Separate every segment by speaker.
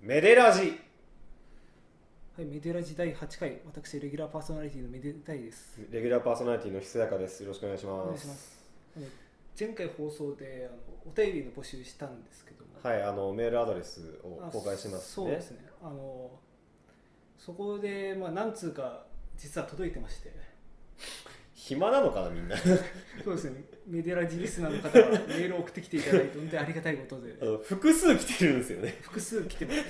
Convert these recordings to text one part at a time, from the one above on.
Speaker 1: メデラジ
Speaker 2: はい、メデラジ第8回、私、レギュラーパーソナリティのメデタイです。
Speaker 1: レギュラーパーソナリティのひそやかですよろしくお願いします
Speaker 2: お願いします。あの前回放送であのお便りの募集したんですけども、
Speaker 1: はいあのメールアドレスを
Speaker 2: あ
Speaker 1: 公開します
Speaker 2: そ
Speaker 1: ね
Speaker 2: うですね。あのそこで、まあ、何通か実は届いてまして、
Speaker 1: 暇なのかな みんな
Speaker 2: そうですね、メデラジリスナーの方がメールを送ってきていただいて、本当にありがたいことで
Speaker 1: あ、の複数来てるんですよね
Speaker 2: 複数来てます。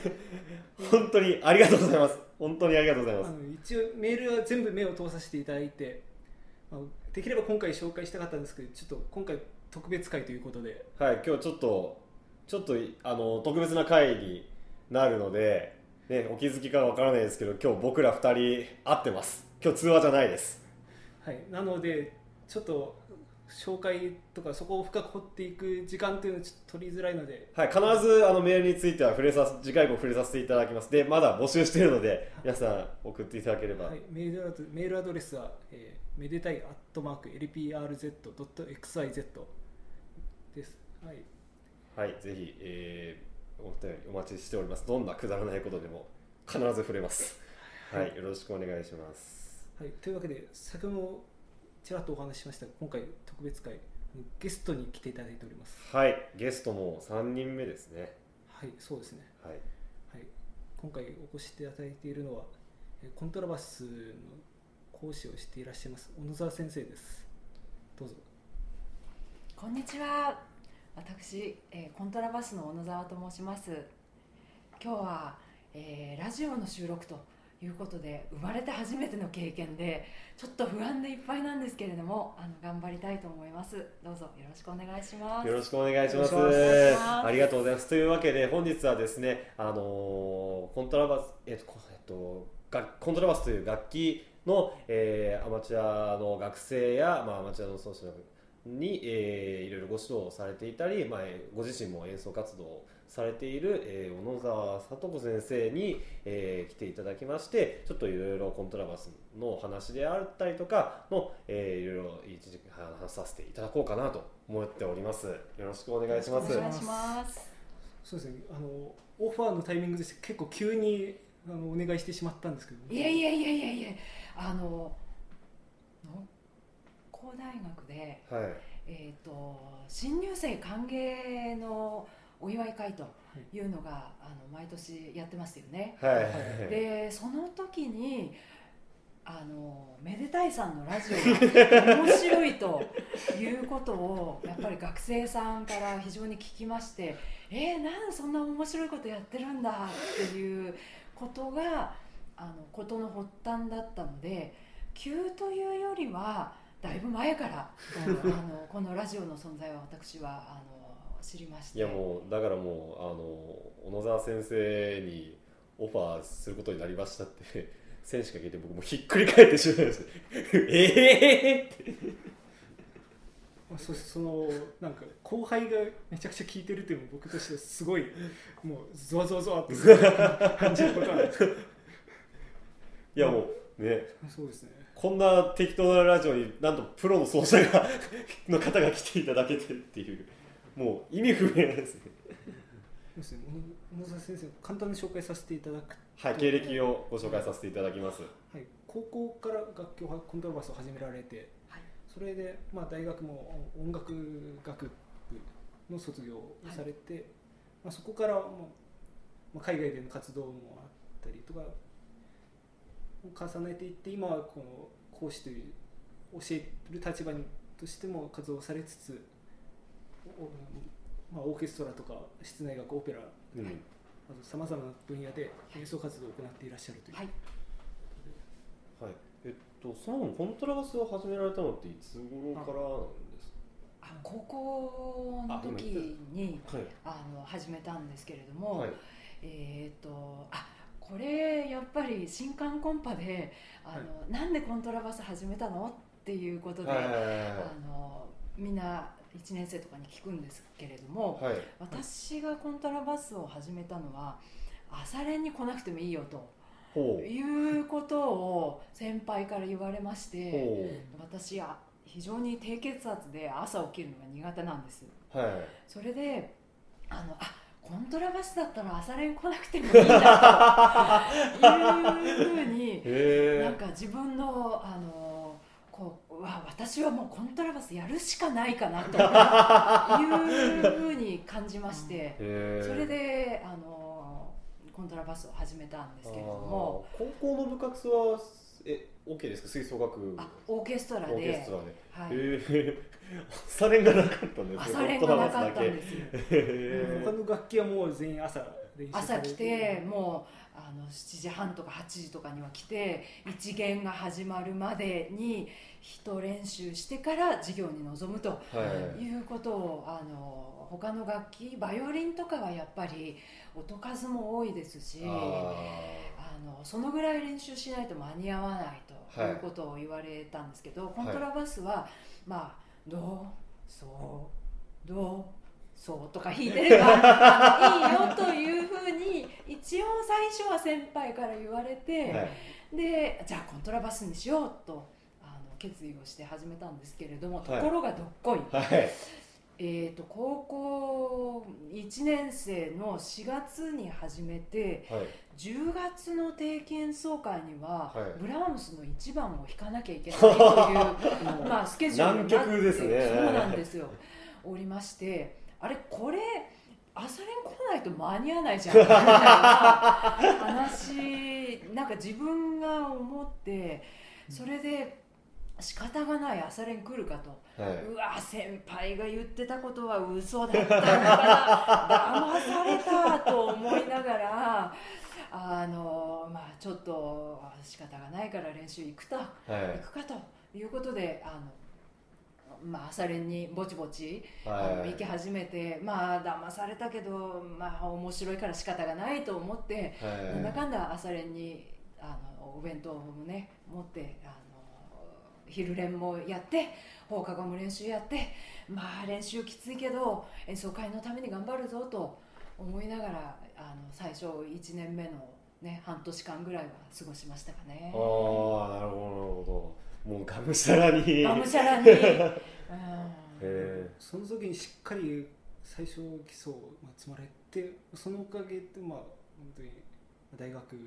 Speaker 1: 本当にありがとうございます本当にありがとうござい
Speaker 2: あ
Speaker 1: ます
Speaker 2: の一応、メールは全部目を通させていただいて、まあできれば今回紹介したかったんですけど、ちょっと今回、特別会ということで。
Speaker 1: はい今日ちょっとちょっとあの特別な会になるのでねお気づきかわからないですけど今日僕ら2人会ってます今日通話じゃないです
Speaker 2: はい、なのでちょっと紹介とかそこを深く掘っていく時間というのはちょっと取りづらいので
Speaker 1: はい、必ずあのメールについては触れさせ次回も触れさせていただきますでまだ募集しているので皆さん送っていただければ、
Speaker 2: はい、メールアドメールアドレスは、えー、めでたいアットマーク LPRZ.xyz です、はい、
Speaker 1: はい、ぜひ、えーお便りお待ちしております。どんなくだらないことでも必ず触れます。はい、よろしくお願いします。
Speaker 2: はい。というわけで先ほどもちらっとお話ししましたが今回特別会ゲストに来ていただいております
Speaker 1: はい、ゲストも3人目ですね。
Speaker 2: はいそうですね、
Speaker 1: はい、
Speaker 2: はい、今回お越しいただいているのはえーコントラバスの講師をしていらっしゃいます小野沢先生ですどうぞ
Speaker 3: こんにちは。私、えーコントラバスの小野沢と申します。今日は、えーラジオの収録ということで生まれて初めての経験でちょっと不安でいっぱいなんですけれどもあの頑張りたいと思います。どうぞよろしくお願いします。
Speaker 1: よろしくお願いします。
Speaker 2: お願い
Speaker 3: します
Speaker 1: ありがとうございます。というわけで、本日はですね、あのーコントラバス、えっと、こえっと、楽コントラバスという楽器の、えーアマチュアの学生や、まあ、アマチュアの奏者に、えーいろいろご指導をされていたり、まあ、えーご自身も演奏活動をされている、えー小野沢聡子先生に、えー来ていただきましてちょっといろいろコントラバスのお話であったりとかの、えーいろいろ一時間話させていただこうかなと思っておりますよろしくお願いします
Speaker 3: お願いします。
Speaker 2: そうですね、あのオファーのタイミングです結構急にあのお願いしてしまったんですけど
Speaker 3: いやいやいやいやいやあの農工大学で
Speaker 1: はい
Speaker 3: えー、と新入生歓迎のお祝い会というのが、あの毎年やってますよね。
Speaker 1: はいはいはい
Speaker 3: でその時にあのめでたいさんのラジオ が面白いということをやっぱり学生さんから非常に聞きましてえー、なんでそんな面白いことやってるんだっていうことがあのことの発端だったので急というよりはだいぶ前からあのあ のこのラジオの存在は私はあの知りまして
Speaker 1: いやもうだからもうあの小野沢先生にオファーすることになりましたって 選手が聞いて僕もうひっくり返ってしまいましたええー、って
Speaker 2: まあそそのなんか後輩がめちゃくちゃ聞いてるっていうのも僕としてはすご いもうゾワゾワゾワって感じることなんですけど
Speaker 1: いやもうね
Speaker 2: そうですね
Speaker 1: こんな適当なラジオになんとプロの奏者がの方が来ていただけてっていうもう意味不明ですね
Speaker 2: そうですね小野小野沢先生簡単に紹介させていただく、
Speaker 1: はい経歴をご紹介させていただきます
Speaker 2: はい、高校から楽器をコントラバスを始められて
Speaker 3: はい
Speaker 2: それで、まあ、大学も音楽学部の卒業をされて、まあ、そこからもう、まあ、海外での活動もあったりとか重ねていって今はこの講師という教える立場にとしても活動されつつ、おまあ、オーケストラとか室内楽オペラ
Speaker 1: うん
Speaker 3: はい
Speaker 2: さまざまな分野で演奏活動を行っていらっしゃるという、
Speaker 3: はい
Speaker 1: はいえっとそもそもコントラバスを始められたのっていつ頃からなんです
Speaker 3: あ高校の時に
Speaker 1: かはい
Speaker 3: あの始めたんですけれども、
Speaker 1: はい
Speaker 3: えー、とあこれやっぱり新刊コンパであの、
Speaker 2: は
Speaker 3: なんでコントラバス始めたのっていうことで、
Speaker 1: はいはい
Speaker 3: あのみんな1年生とかに聞くんですけれども、
Speaker 1: はいはい
Speaker 3: 私がコントラバスを始めたのは朝練に来なくてもいいよと
Speaker 1: ほう
Speaker 3: いうことを先輩から言われまして
Speaker 1: ほ
Speaker 3: 私は非常に低血圧で朝起きるのが苦手なんです。
Speaker 1: うはい
Speaker 3: それであのあコントラバスだったら朝練来なくてもいいんだというふうになん
Speaker 1: へ
Speaker 3: か自分のあのこううわ私はもうコントラバスやるしかないかなというふうに感じまして、
Speaker 1: え
Speaker 3: それであのコントラバスを始めたんですけれども
Speaker 1: あー高校の部活はえ OK ですか吹奏楽部
Speaker 3: あオーケストラで
Speaker 1: オーケストラで
Speaker 3: はい
Speaker 1: へ え朝練がなかったんですね
Speaker 3: 朝練がなかったん
Speaker 1: す
Speaker 3: ですよ
Speaker 1: へ
Speaker 2: 他の楽器はもう全員朝練習さ
Speaker 3: 朝
Speaker 2: れ
Speaker 3: 来てもうあの7時半とか8時とかには来て一限が始まるまでに一練習してから授業に臨むと
Speaker 1: えはい
Speaker 3: いうことをあの他の楽器バイオリンとかはやっぱり音数も多いですしあ
Speaker 1: あ
Speaker 3: のそのぐらい練習しないと間に合わないと
Speaker 1: はい
Speaker 3: いうことを言われたんですけど、コントラバスは、まあドそうドそうとか弾いてれ ばあのいいよというふうに一応最初は先輩から言われて、
Speaker 1: ーはい
Speaker 3: でじゃあコントラバスにしようとあの決意をして始めたんですけれどもと
Speaker 1: はい
Speaker 3: ころがどっこい、
Speaker 1: はい
Speaker 3: えー、と高校1年生の4月に始めて
Speaker 1: はい
Speaker 3: 10月の定期演奏会には、
Speaker 1: はい
Speaker 3: ブラームスの1番を弾かなきゃい けないという。
Speaker 2: もう
Speaker 3: まあ、スケジュールになって
Speaker 1: 難曲ですね
Speaker 3: そうなんですよおりましてあれこれ朝練来ないと間に合わないじゃんみたいな話なんか自分が思ってそれで仕方がない朝練来るかと、
Speaker 1: はいう
Speaker 3: わ先輩が言ってたことは嘘だったのかな騙されたと思いながらあのまあちょっと仕方がないから練習行くと。
Speaker 1: はい
Speaker 3: 行くかということであの、まあ、朝練にぼちぼち、あの
Speaker 1: はい
Speaker 3: 行き始めてまあ騙されたけど、まあ、面白いから仕方がないと思って、
Speaker 1: はい
Speaker 3: なんだかんだ朝練にあのお弁当もね持ってあの昼練もやって放課後も練習やってまあ練習きついけど演奏会のために頑張るぞと思いながらあの最初1年目の、ね、半年間ぐらいは過ごしましたかね。
Speaker 1: ああなるほどなるほどもうがむしゃらに
Speaker 3: がむしゃら に、うん、
Speaker 1: へ
Speaker 2: その時にしっかり最初基礎をまあ積まれてそのおかげでまあ本当に大学も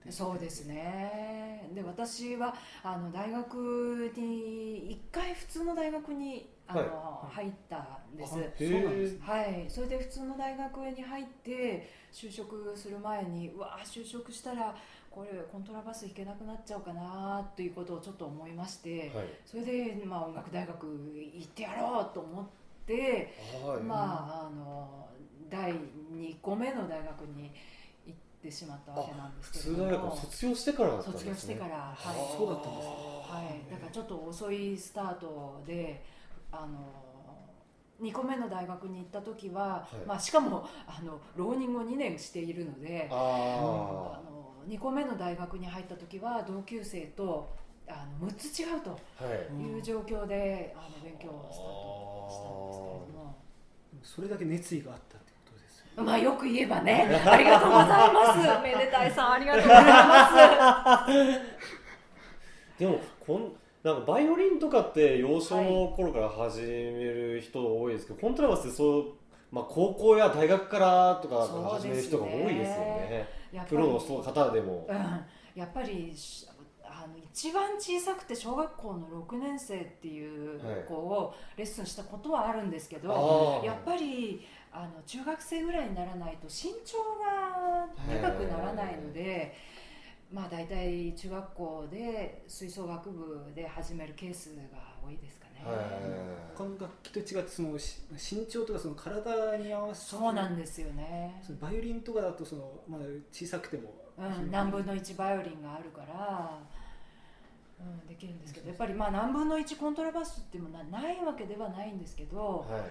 Speaker 2: 出て
Speaker 3: そうですねで私はあの大学に一回普通の大学にあの、
Speaker 2: は
Speaker 3: 入ったん
Speaker 2: あ
Speaker 3: です
Speaker 2: そうなんですね
Speaker 3: はい、それで普通の大学に入って就職する前にうわー就職したらこれコントラバス弾けなくなっちゃうかなということをちょっと思いまして
Speaker 1: えはい
Speaker 3: それで、まあ、音楽大学行ってやろうと思って
Speaker 1: はい
Speaker 3: まああの第2個目の大学に行ってしまったわけなんで
Speaker 1: 普通
Speaker 3: すけれど
Speaker 1: 大学
Speaker 3: も
Speaker 1: を卒業してからだったんです
Speaker 3: 卒
Speaker 1: ね
Speaker 3: 業してから、はい
Speaker 2: あーそうだったんですね
Speaker 3: はい、だからちょっと遅いスタートであの2個目の大学に行った時は、
Speaker 1: はい
Speaker 3: まあ、しかもあの浪人を2年しているのであ
Speaker 1: あ
Speaker 3: の2個目の大学に入った時は同級生とあの6つ違うと
Speaker 1: あはい
Speaker 3: いう状況で、あの勉強をスタートしたんですけ
Speaker 2: そ
Speaker 3: れども。
Speaker 2: れだけ熱意があったってことですよね
Speaker 3: まあよく言えばね、ありがとうござい ます。めでたいさんありがとうございま
Speaker 1: でもこんなんかバイオリンとかって幼少の頃から始める人多いですけど、コントラバスってそう、まあ、高校や大学からとか
Speaker 3: そう
Speaker 1: 始め
Speaker 3: で
Speaker 1: る
Speaker 3: すね
Speaker 1: 人が多いですよね
Speaker 3: す。やっぱり
Speaker 1: プロの人方でも、
Speaker 3: うん、やっぱりしあの一番小さくて小学校の6年生っていう
Speaker 1: はい
Speaker 3: 子をレッスンしたことはあるんですけど、
Speaker 1: ああ
Speaker 3: やっぱりあの中学生ぐらいにならないと身長が高くならないので、まあ、大体中学校で吹奏楽部で始めるケースが多いですかね。
Speaker 1: はい
Speaker 2: 他の楽器と違ってそのし身長とかその体に合わせて
Speaker 3: そうなんですよね。
Speaker 2: そのバイオリンとかだとその、まあ、小さくても、
Speaker 3: うん、何分の1バイオリンがあるから、うん、できるんですけどやっぱりまあ何分の1コントラバスっていうものはないわけではないんですけど、
Speaker 1: はい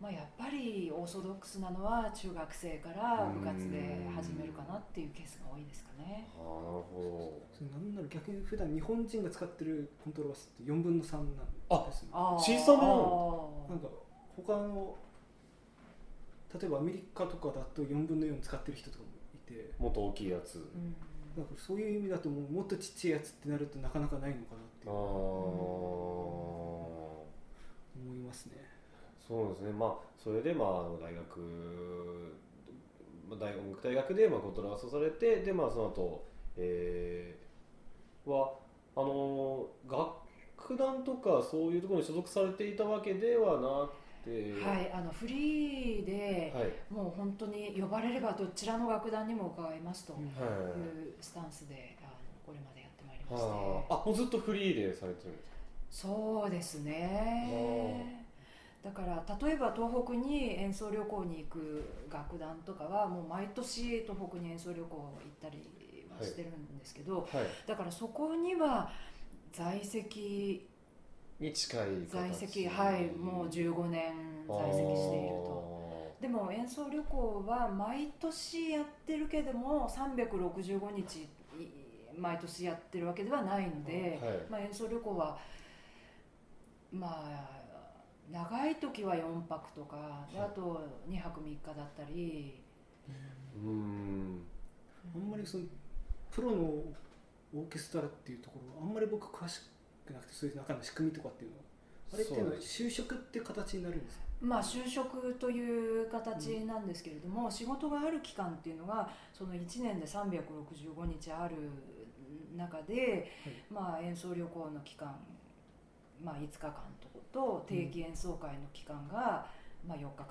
Speaker 3: まあ、やっぱりオーソドックスなのは中学生から部活で始めるかなっていうケースが多いですかね
Speaker 1: あ。あなるほ
Speaker 2: それなんなら逆に普段日本人が使ってるコントロバスって4分の3なんですね
Speaker 3: あー
Speaker 1: 小さな
Speaker 2: なんか他の例えばアメリカとかだと4分の4使ってる人とかもいて
Speaker 1: どもっと大きいやつ、
Speaker 3: うん
Speaker 2: なんかそういう意味だともうもっとちっちゃいやつってなるとなかなかないのかなって
Speaker 1: ああ
Speaker 2: 思
Speaker 1: ー
Speaker 2: いますね。
Speaker 1: そうですね、まあ、それで、まあ、あの大学まあ大音楽大学で、まあ、コントラバスをされてで、まあ、その後、えーはあの楽団とかそういうところに所属されていたわけではなくて、
Speaker 3: はい、あのフリーで、
Speaker 1: はい
Speaker 3: もう本当に呼ばれればどちらの楽団にも伺いますという
Speaker 1: はい
Speaker 3: スタンスで、あのこれまでやってまいりまして、
Speaker 1: はああもうずっとフリーでされてるんですか
Speaker 3: そうですね。だから例えば東北に演奏旅行に行く楽団とかはもう毎年東北に演奏旅行行ったりはしてるんですけど、
Speaker 1: はい
Speaker 3: だからそこには在籍
Speaker 1: に近い形
Speaker 3: 在籍はいもう15年在籍しているとでも演奏旅行は毎年やってるけども365日い毎年やってるわけではないので、
Speaker 1: はい
Speaker 3: まあ、演奏旅行はまあ長い時は4泊とかで
Speaker 1: はい
Speaker 3: あと2泊3日だったり、
Speaker 1: うーん
Speaker 2: あんまりそのプロのオーケストラっていうところあんまり僕詳しくなくてそういう中の仕組みとかっていうのはあれっていうのは
Speaker 1: そうです
Speaker 2: 就職って形になるんですか
Speaker 3: まあ、就職という形なんですけれども、仕事がある期間っていうのがその1年で365日ある中で、まあ、演奏旅行の期間、まあ、5日間とと定期演奏会の期間が、まあ、4日間と。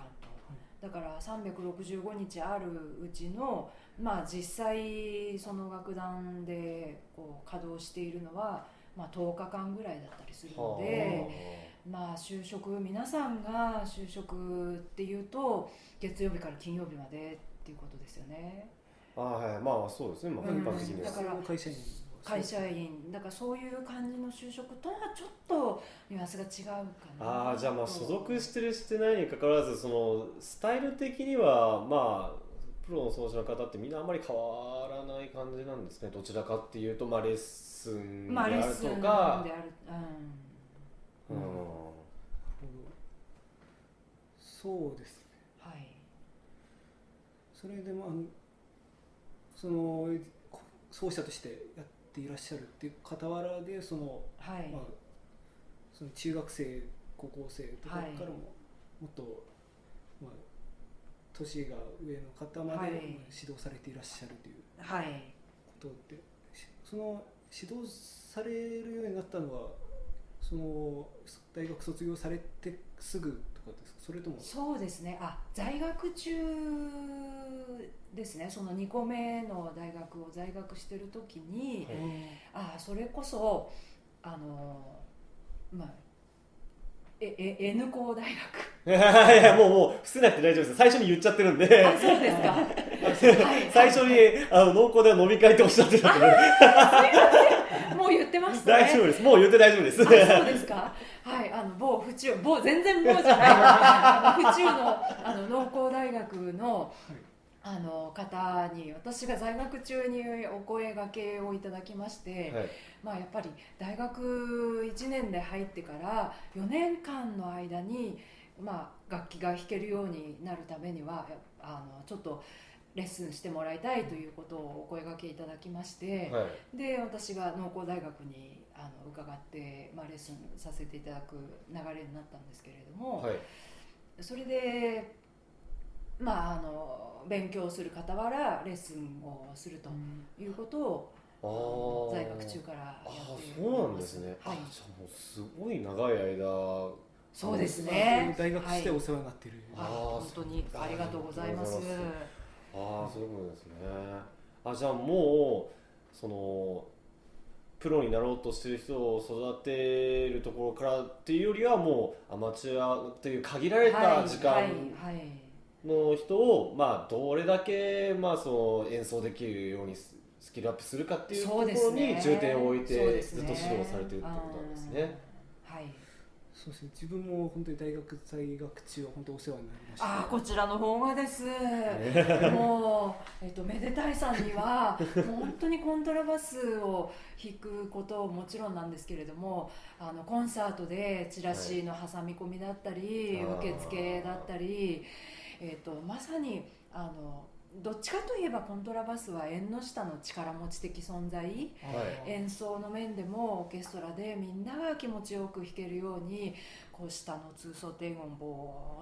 Speaker 3: だから365日あるうちの、まあ、実際その楽団でこう稼働しているのは、まあ、10日間ぐらいだったりするので、まあ就職皆さんが就職っていうと月曜日から金曜日までっていうことですよね
Speaker 1: はああはいまあそうですねまあ
Speaker 3: うん
Speaker 1: 一般的には
Speaker 3: だから
Speaker 2: 普通の会社員
Speaker 3: 会社員だからそういう感じの就職とはちょっとニュアンスが違うかな
Speaker 1: ああじゃあまあ
Speaker 3: と
Speaker 1: 所属してるしてないにかかわらずそのスタイル的にはまあプロの奏者の方ってみんなあんまり変わらない感じなんですねどちらかっていうとまあレッスンで
Speaker 3: まあ
Speaker 1: あ
Speaker 3: レ
Speaker 1: る
Speaker 3: ッス
Speaker 1: と
Speaker 3: ンであ
Speaker 1: か
Speaker 3: る、うん、
Speaker 1: うん
Speaker 2: そうですね
Speaker 3: はい
Speaker 2: それでまああのそのこ奏者としてやっていらっしゃるっていう傍らでその、
Speaker 3: はい、
Speaker 2: まあ、その中学生高校生とかからも、
Speaker 3: はい
Speaker 2: もっと、まあ、年が上の方まで、
Speaker 3: はい
Speaker 2: まあ指導されていらっしゃるという
Speaker 3: はい
Speaker 2: ことでしその指導されるようになったのはその大学卒業されてすぐとかですかそれとも
Speaker 3: そうですねあ在学中ですねその2個目の大学を在学してる時に、
Speaker 1: はい
Speaker 3: あそれこそあのまあええ N 高大学
Speaker 1: いやもうもう伏せなくて大丈夫です最初に言っちゃってるんで
Speaker 3: あそうですか、は い、
Speaker 1: 最初にあの濃厚では飲み会っておっしゃってたんで
Speaker 3: もう言ってましたね
Speaker 1: 大丈夫ですもう言って大丈夫です
Speaker 3: あそうですか。はい、あの某府中、某全然某 じゃない。あの府中のあの農工大学の。
Speaker 2: い
Speaker 3: あの方に私が在学中にお声がけをいただきまして、
Speaker 1: はい
Speaker 3: まあやっぱり大学1年で入ってから4年間の間に、まあ、楽器が弾けるようになるためにはやあのちょっとレッスンしてもらいたいということをお声がけいただきまして、
Speaker 1: はい
Speaker 3: で私が農工大学にあの伺って、まあ、レッスンさせていただく流れになったんですけれども、
Speaker 1: はい
Speaker 3: それで、まあ、あの勉強する傍らレッスンをするということを、
Speaker 1: あー
Speaker 3: 在学中からや
Speaker 1: ああ
Speaker 3: って
Speaker 1: そうなんですね、
Speaker 3: はい
Speaker 1: あ、じゃあもうすごい長い間
Speaker 3: そうですね
Speaker 2: 大学として
Speaker 3: はい
Speaker 2: お世話になっている、
Speaker 3: あ
Speaker 1: あー
Speaker 3: 本当に
Speaker 1: そう
Speaker 3: ありがとうございます
Speaker 1: ありがとうございああそういうことですねあじゃあもうそのプロになろうとしてる人を育てるところからっていうよりはもうアマチュアっていう限られた時
Speaker 3: は
Speaker 1: 間
Speaker 3: いはいはい
Speaker 1: の人をまあどれだけまあその演奏できるようにススキルアップするかっていうとこ
Speaker 3: そ
Speaker 1: ろ
Speaker 3: うです
Speaker 1: に
Speaker 3: ね
Speaker 1: 重点を置い
Speaker 3: そう
Speaker 1: て
Speaker 3: です
Speaker 1: ずっ
Speaker 3: ね
Speaker 1: と指導されてるってことなんですね。
Speaker 3: うんはい
Speaker 2: そうですね自分も本当に大学在学中は本当お世話になりました
Speaker 3: あーこちらの方がです、もう、えっと、めでたいさんにはもう本当にコントラバスを弾くことももちろんなんですけれどもあのコンサートでチラシの挟み込みだったり、
Speaker 1: はいあー
Speaker 3: 受付だったり、えっと、まさにあのどっちかといえばコントラバスは縁の下の力持ち的存在。
Speaker 1: はい
Speaker 3: 演奏の面でもオーケストラでみんなが気持ちよく弾けるようにこう下の通奏低音を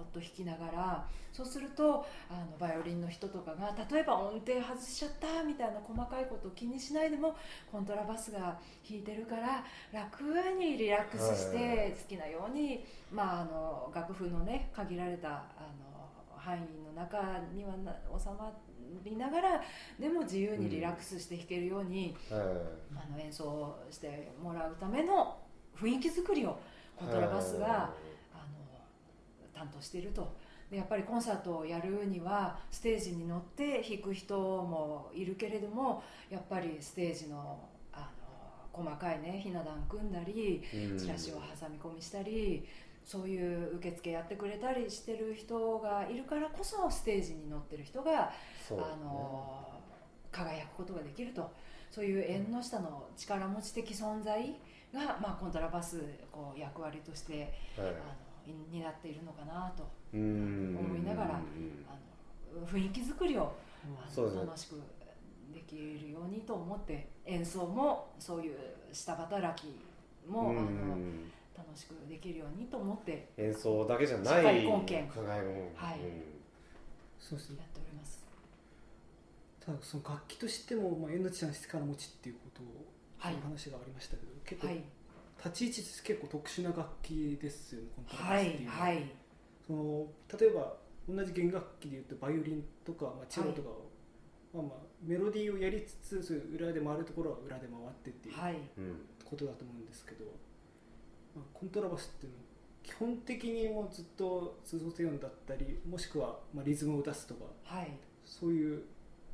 Speaker 3: ぼーっと弾きながらそうするとあのバイオリンの人とかが例えば音程外しちゃったみたいな細かいことを気にしないでもコントラバスが弾いてるから楽にリラックスし
Speaker 1: はいはいはい
Speaker 3: て好きなように、まあ、あの楽譜のね限られたあの範囲の中にはな収まりながらでも自由にリラックスして弾けるように、あの演奏してもらうための雰囲気作りをコントラバスがあの担当しているとでやっぱりコンサートをやるにはステージに乗って弾く人もいるけれどもやっぱりステージのあの細かいねひな壇組んだりチラシを挟み込みしたり。そういう受付やってくれたりしてる人がいるからこそステージに乗ってる人が
Speaker 1: そう
Speaker 3: あの輝くことができるとそういう縁の下の力持ち的存在が、まあ、コントラバスこう役割として、
Speaker 1: は
Speaker 3: あのい担っているのかなと
Speaker 1: い、うん
Speaker 3: 思いなが
Speaker 1: う
Speaker 3: ら
Speaker 1: ん
Speaker 3: あの雰囲気作りをあの
Speaker 1: そうですね
Speaker 3: 楽しくできるようにと思って演奏もそういう下働きも、
Speaker 1: う
Speaker 3: あの
Speaker 1: ん
Speaker 3: 楽しくできるようにと思って
Speaker 1: 演奏だけじゃない
Speaker 3: しっかり貢献
Speaker 1: 考えも、
Speaker 3: はい
Speaker 2: そうですね
Speaker 3: やっております。
Speaker 2: ただその楽器としても、まあ、縁のちの力持ちっていうことを、
Speaker 3: はい
Speaker 2: その話がありましたけど結構、
Speaker 3: はい
Speaker 2: 立ち位置って結構特殊な楽器ですよねコントラ
Speaker 3: は
Speaker 2: バスってい
Speaker 3: いう
Speaker 2: のは
Speaker 3: はい
Speaker 2: その例えば同じ弦楽器でいうとバイオリンとか、まあ、チェロとかを、まあまあ、メロディーをやりつつそういう裏で回るところは裏で回ってっていう
Speaker 3: はい
Speaker 1: うん
Speaker 2: ことだと思うんですけど、まあ、コントラバスっていうのは基本的にもうずっと通奏低音だったりもしくはまあリズムを出すとか
Speaker 3: はい
Speaker 2: そういう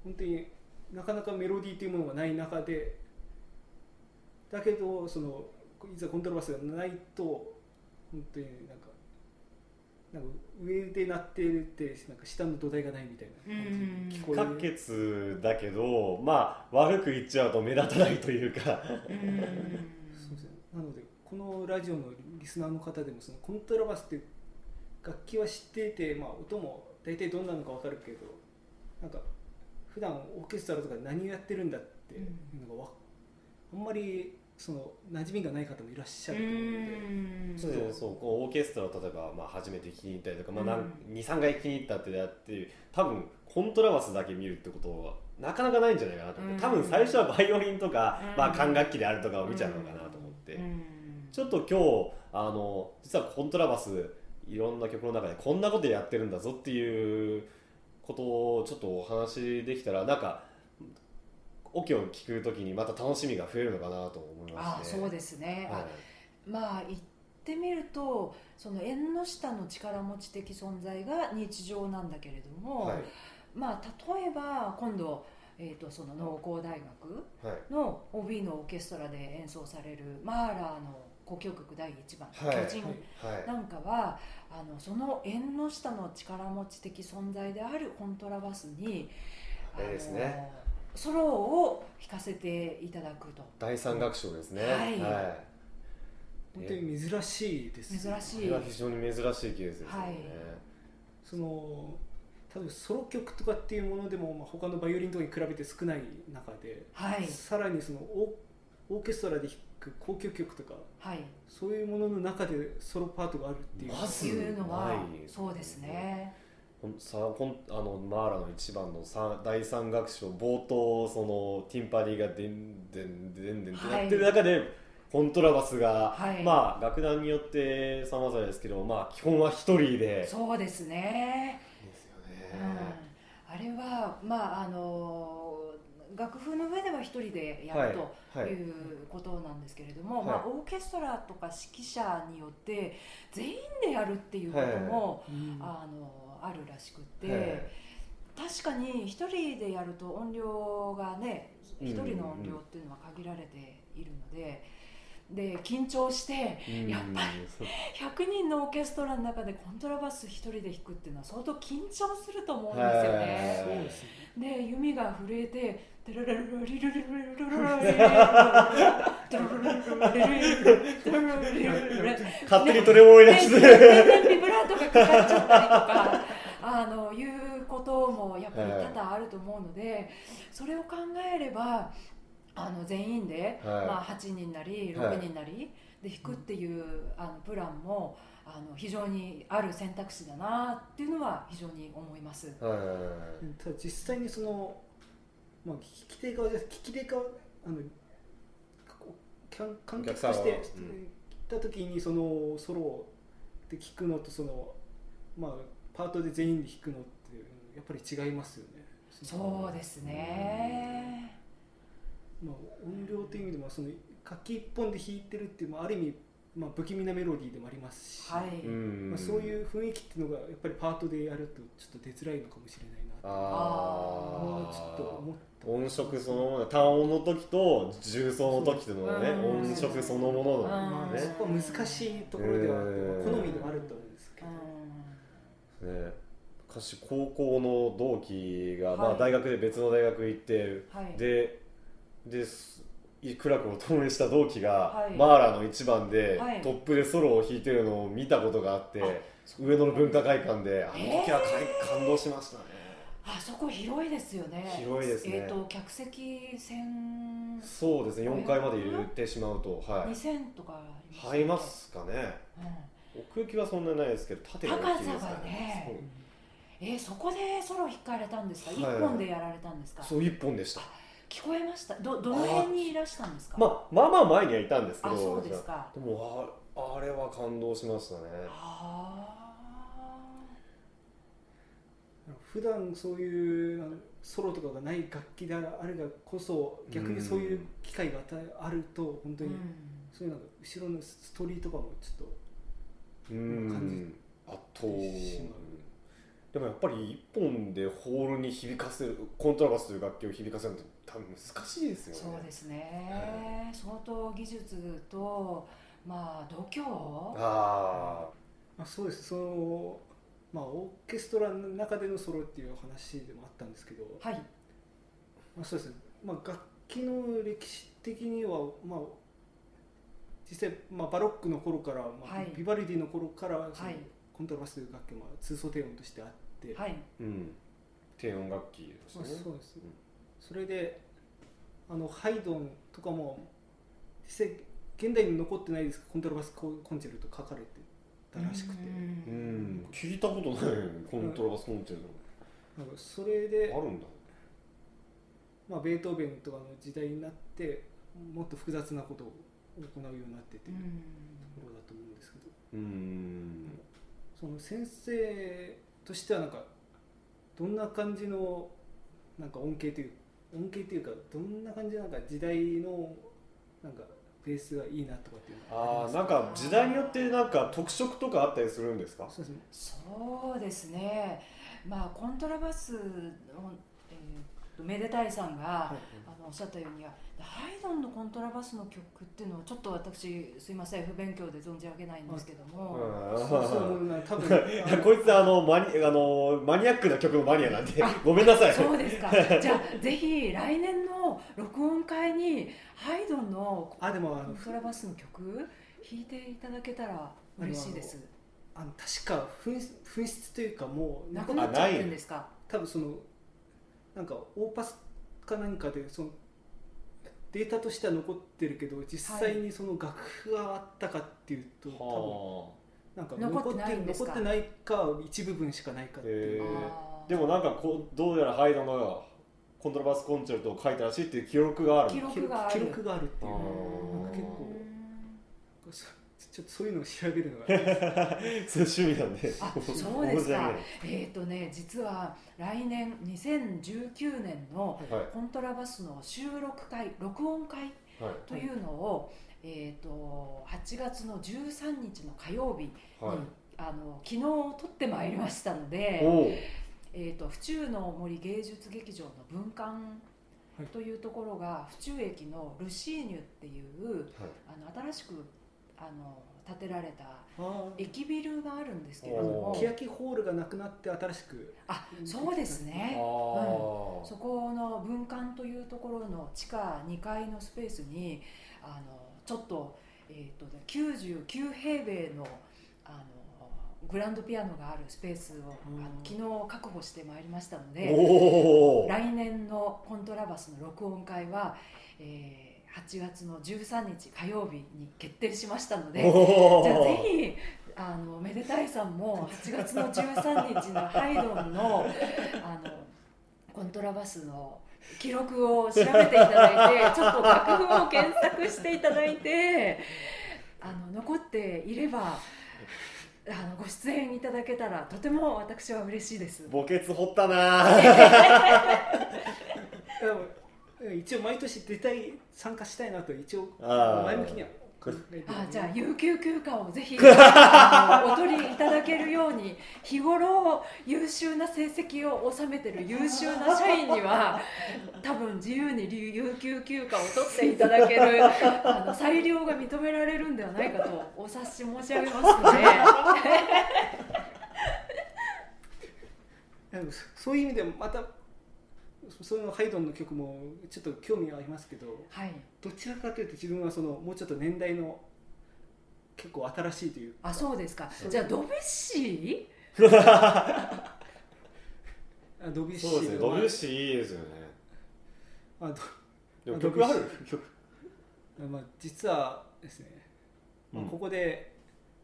Speaker 2: 本当になかなかメロディーというものがない中でだけどそのいざコントラバスがないと本当になんかなんか上で鳴ってるってなんか下の土台がないみたいな感じに聞
Speaker 1: 不
Speaker 2: こ
Speaker 1: 可
Speaker 2: える
Speaker 1: 欠だけどまあ悪く言っちゃうと目立たないというか
Speaker 3: うん
Speaker 2: そうですねなのでこのラジオのリスナーの方でもそのコントラバスっていう楽器は知ってて、まあ、音も大体どんなのか分かるけどなんか普段オーケストラとかで何をやってるんだっていうのがわ、あんまりその馴染みがない方もいらっしゃると思うので
Speaker 3: うん
Speaker 1: そうですねそうこうオーケストラを例えば、まあ、初めて気に入ったりとか、まあな
Speaker 3: うん
Speaker 1: ん、23回気に入ったってやって多分コントラバスだけ見るってことはなかなかないんじゃないかなと思っ
Speaker 3: うん
Speaker 1: て多分最初はバイオリンとか、
Speaker 3: うん
Speaker 1: まあ、管楽器であるとかを見ちゃうのかなと思って、
Speaker 3: うん
Speaker 1: ちょっと今日あの実はコントラバスいろんな曲の中でこんなことやってるんだぞっていうことをちょっとお話できたらなんかオケを聴くときにまた楽しみが増えるのかなと思いま
Speaker 3: ああ
Speaker 1: すね。
Speaker 3: そうですね、
Speaker 1: はい
Speaker 3: まあ言ってみるとその縁の下の力持ち的存在が日常なんだけれども、
Speaker 1: はい
Speaker 3: まあ例えば今度、えー、とその農工大学
Speaker 1: はい
Speaker 3: の OB のオーケストラで演奏されるマーラーの交響曲第1番「
Speaker 1: はい
Speaker 3: 巨人
Speaker 2: はい
Speaker 1: はい
Speaker 3: なんかはあのその縁の下の力持ち的存在であるコントラバスに
Speaker 1: あれですね
Speaker 3: あのソロを弾かせていただくと
Speaker 1: 第三楽章ですね。
Speaker 3: はい
Speaker 2: 本当に珍しいですよね
Speaker 3: 珍し
Speaker 1: これは非常に珍しいケースですよね。
Speaker 3: はい
Speaker 2: その例えばソロ曲とかっていうものでも、まあ、他のバイオリンとかに比べて少ない中で、
Speaker 3: はい
Speaker 2: さらにそのオーオーケストラで弾く交響曲とか
Speaker 3: はい
Speaker 2: そういうものの中でソロパートがあるっていう
Speaker 1: まず
Speaker 3: いうの
Speaker 1: な
Speaker 3: はいそうですね
Speaker 1: こんさこんあのマーラの一番の三第三楽章冒頭そのティンパニーがでんでんでんでんってなってる中で、コントラバスが、
Speaker 3: はい
Speaker 1: まあ楽団によって様々ですけど、まあ基本は一人でですよ
Speaker 3: そうですね、
Speaker 1: ね
Speaker 3: う。ん、あれはまああの楽譜の上では一人でやると、
Speaker 1: はいい。
Speaker 3: うことなんですけれども、
Speaker 1: はい
Speaker 3: まあ、オーケストラとか指揮者によって全員でやるっていうことも、
Speaker 2: うん
Speaker 3: あのあるらしくて、
Speaker 1: え
Speaker 3: 確かに一人でやると音量がね
Speaker 1: うん
Speaker 3: 一人の音量っていうのは限られているので。で緊張して
Speaker 1: え
Speaker 3: やっぱ
Speaker 1: り
Speaker 3: 100人のオーケストラの中でコントラバス一人で弾くっていうのは相当緊張すると思うんですよね。
Speaker 2: そうですね
Speaker 3: で弓が震えて「テルルルルリルルルルルルル
Speaker 1: 勝手にトレモを入れして。
Speaker 3: ビブラートがかかっちゃったりとかあのいうこともやっぱり多々あると思うのでそれを考えればあの全員で、
Speaker 1: はい
Speaker 3: まあ、8人なり6人なりで弾くっていうあのプランもあの非常にある選択肢だなっていうのは非常に思います。
Speaker 1: はいはいはいはい
Speaker 2: うんただ実際にその、まあ、聞き手側じゃ聞き手側あのこう観観客として
Speaker 1: お客様うん
Speaker 2: 来た時にそのソロで聞くのとその、まあ、パートで全員で弾くのってやっぱり違いますよね。の
Speaker 3: そうですね。
Speaker 2: まあ、音量という意味でもその楽器一本で弾いてるっていう、まあ、ある意味、まあ、不気味なメロディーでもありますし、
Speaker 3: は
Speaker 1: う
Speaker 3: い。
Speaker 1: ん
Speaker 2: まあ、そういう雰囲気っていうのがやっぱりパートでやるとちょっと出づらいのかもしれないなと
Speaker 1: あ
Speaker 2: もう
Speaker 1: ー
Speaker 2: ちょっと思った
Speaker 1: 音色そのもの単音の時と重奏の時っていうのはね
Speaker 3: うん
Speaker 1: 音色そのもの
Speaker 3: う
Speaker 1: の
Speaker 2: まあ、
Speaker 1: ね
Speaker 2: そこは難しいところではあって、
Speaker 1: うん
Speaker 2: まあ好みではあると思うんですけ
Speaker 3: う
Speaker 2: ど、
Speaker 1: ね昔高校の同期が、ま
Speaker 3: は
Speaker 1: あ、
Speaker 3: い
Speaker 1: 大学で別の大学行って
Speaker 3: んはい。
Speaker 1: でですい苦楽を共にした同期が、
Speaker 3: はい
Speaker 1: マーラの一番で、
Speaker 3: はい
Speaker 1: トップでソロを弾いてるのを見たことがあって
Speaker 3: あ
Speaker 1: 上野の文化会館であの
Speaker 3: えー
Speaker 1: 時はかい、感動しましたね
Speaker 3: あそこ広いですよね。
Speaker 1: 広いですね
Speaker 3: えっ、と客席千
Speaker 1: そうですね4階まで入れてしまうとは
Speaker 3: 二
Speaker 1: い
Speaker 3: 千とかあり
Speaker 1: 入りま
Speaker 3: ますよね。
Speaker 1: すかね
Speaker 3: うん
Speaker 1: 奥行きはそんなにないですけど縦が大きいですから
Speaker 3: 高さがねえーそこでソロ弾かれたんですか、
Speaker 1: はい
Speaker 3: 一本でやられたんですか
Speaker 1: そうそう一本でした
Speaker 3: 聞こえましたどどの辺にいらしたんですか
Speaker 1: まあまあまあ前にはいたんですけ
Speaker 3: あ
Speaker 1: ど
Speaker 3: そうですか
Speaker 1: でもああれは感動しましたね
Speaker 3: あー
Speaker 2: 普段そういうあのソロとかがない楽器であるがこそ逆にそういう機会があたあると本当に、
Speaker 3: うん
Speaker 2: そういうなんか後ろのストーリーとかもちょっと
Speaker 1: う
Speaker 2: 感
Speaker 1: んあと
Speaker 2: しまう
Speaker 1: でもやっぱり一本でホールに響かせるコントラバスという楽器を響かせるのって多分難しいですよね
Speaker 3: そうですね、相当技術とまあ度胸
Speaker 1: あ
Speaker 2: まあ、そうですその、まあ、オーケストラの中でのソロっていう話でもあったんですけど、
Speaker 3: はい
Speaker 2: まあ、そうですね、まあ、楽器の歴史的には、まあ、実際、まあ、バロックの頃から、まあ
Speaker 3: はい
Speaker 2: ビバルディの頃からその
Speaker 3: はい
Speaker 2: コントラバスという楽器も通奏低音としてあって、
Speaker 3: はい
Speaker 1: あうん低音楽器です
Speaker 2: まあ、
Speaker 1: ね
Speaker 2: そうです、
Speaker 1: うん
Speaker 2: それであのハイドンとかも実際現代に残ってないですけどコントラバスココンチェルト書かれてたらしくて
Speaker 1: う
Speaker 3: うん
Speaker 1: ん聞いたことないよねコントラバスコンチェル
Speaker 2: なんかそれ
Speaker 1: ト
Speaker 2: で
Speaker 1: あ、るんだ
Speaker 2: まあ、ベートーベンとかの時代になってもっと複雑なことを行うようになってて
Speaker 3: う
Speaker 2: いうと
Speaker 3: ん
Speaker 2: ころだと思うんですけど。
Speaker 1: うん
Speaker 2: その先生としてはなんかどんな感じのなんか恩恵という恩恵というかどんな感じのなんか時代のなんかベースがいいなとかっていうのは
Speaker 1: あ
Speaker 2: ります
Speaker 1: ーなんか時代によってなんか特色とかあったりするんですか
Speaker 2: そうですね
Speaker 3: そうですね、まあ、コントラバスの、えーとめでたいさんが、
Speaker 2: い
Speaker 3: あのおっしゃったようにハイドンのコントラバスの曲っていうのはちょっと私すいません不勉強で存じ上げないんですけども、
Speaker 2: そううそうん思うな多分
Speaker 1: いやこいつあのマニあのマニアックな曲のマニアなんでごめんなさい
Speaker 3: そうですかじゃあぜひ来年の録音会にハイドンの
Speaker 2: あでもあ
Speaker 3: コ
Speaker 2: の
Speaker 3: ントラバスの曲弾いていただけたら嬉しいです
Speaker 2: あの確か紛失紛失というかもう
Speaker 3: なく
Speaker 1: んか
Speaker 3: なっちゃってるんですか
Speaker 2: 多分そのなんかオーパスか何かでそのデータとしては残ってるけど実際にその楽譜があったかっていうと、多分
Speaker 1: は
Speaker 2: なんか残
Speaker 3: 残っ
Speaker 2: ってて
Speaker 3: ないんですか
Speaker 2: 残ってないか一部分しかないかっていう、
Speaker 1: へー
Speaker 3: あー
Speaker 1: でもなんかこうどうやらハイドンがコントラバスコンチェルトを書いたらしいっていう記録がある
Speaker 3: 記
Speaker 1: の
Speaker 3: 録があ
Speaker 2: 記
Speaker 3: る
Speaker 2: 録があるっていう
Speaker 1: あ
Speaker 2: なんか
Speaker 1: ー
Speaker 2: 結構そちょっとそういうのを調べるのが
Speaker 1: そういう趣味なんで
Speaker 3: あそうですか
Speaker 1: 面
Speaker 3: えっ、とね実は来年2019年の
Speaker 1: 白いね
Speaker 3: コントラバスの収録会録音会
Speaker 1: はい
Speaker 3: というのを、えー、と8月の13日の火曜日に、
Speaker 1: はいはい
Speaker 3: あの昨日撮ってまいりましたので、
Speaker 1: おう
Speaker 3: えー、と府中の森芸術劇場の文館というところが府中駅のルシーニュっていうあの新しくあの建てられた
Speaker 2: あー
Speaker 3: 駅ビルがあるんですけれど
Speaker 1: お
Speaker 3: も
Speaker 1: ー
Speaker 2: 欅ホールがなくなって新しく
Speaker 3: あそうですね。
Speaker 1: はい
Speaker 3: そこの文館というところの地下2階のスペースにあのちょっと,、えー、とね99平米のあのグランドピアノがあるスペースを、
Speaker 2: うん
Speaker 3: あの昨日確保してまいりましたの
Speaker 1: あー
Speaker 3: で
Speaker 1: おお
Speaker 3: 来年のコントラバスの録音会は、えー8月の13日火曜日に決定しましたのでじゃあぜひあのめでたいさんも8月の13日のハイドンのあのコントラバスの記録を調べていただいてちょっと楽譜を検索していただいてあの残っていればあのご出演いただけたらとても私は嬉しいです。
Speaker 1: 墓穴掘ったな
Speaker 2: でも一応毎年出たい参加したいなと一応
Speaker 1: あー
Speaker 2: 前向きには考えて
Speaker 3: あじゃあ有給休暇をぜ ひあのお取りいただけるように日頃優秀な成績を収めてる優秀な社員に は多分自由にり有給休暇を取っていただけ るあの裁量が認められるんではないかとお察し申し上げますので
Speaker 2: でもそそういう意味でもまたそそういうのハイドンの曲もちょっと興味はありますけど
Speaker 3: はい
Speaker 2: どちらかというと自分はそのもうちょっと年代の結構新しいという
Speaker 3: あそうですかじゃあドビュッシ
Speaker 2: あドビュッシー
Speaker 1: そうですね
Speaker 2: の
Speaker 1: ドビュッシーいいですよね
Speaker 2: まあど
Speaker 1: でも
Speaker 2: ド
Speaker 1: 曲ある
Speaker 2: ビュッシー
Speaker 1: 曲
Speaker 2: まあ、実はですね、まあ
Speaker 1: うん
Speaker 2: ここで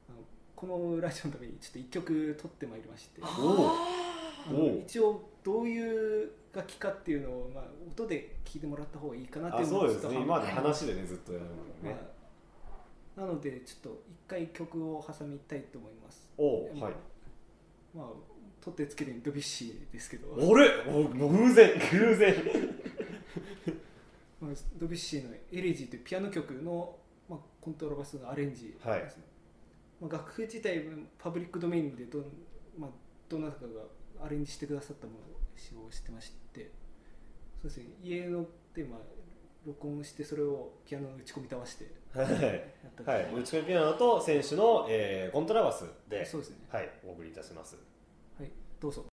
Speaker 2: あのこのラジオのためにちょっと1曲取ってまいりまして
Speaker 3: ー
Speaker 2: あ
Speaker 1: おう
Speaker 2: の
Speaker 1: おう
Speaker 2: 一応どういう楽器かっていうのを、まあ、音で聞いてもらった方がいいかなって
Speaker 1: あ
Speaker 2: いうの
Speaker 1: そう
Speaker 2: を
Speaker 1: です
Speaker 2: ち
Speaker 1: ね
Speaker 2: ょっと
Speaker 1: 今まで話でねずっとやるのね
Speaker 2: まあなのでちょっと一回曲を挟みたいと思います
Speaker 1: おうはい
Speaker 2: まあ取ってつけてドビュッシーですけど
Speaker 1: あれお偶然偶然
Speaker 2: まあドビュッシーの「エレジー」というピアノ曲の、まあ、コントラバスのアレンジですね、
Speaker 1: はい
Speaker 2: まあ、楽譜自体パブリックドメインでど,、まあ、どなたかがアレンジしてくださったものを使用してましてそうですね家ので、まあ、録音してそれをピアノの打ち込み倒して
Speaker 1: はい
Speaker 2: やったん
Speaker 1: は
Speaker 2: で
Speaker 1: い、 打ち込みピアノと選手の、えーコントラバスで、
Speaker 2: そうですね
Speaker 1: はい、お送りいたします。
Speaker 2: はいどうぞ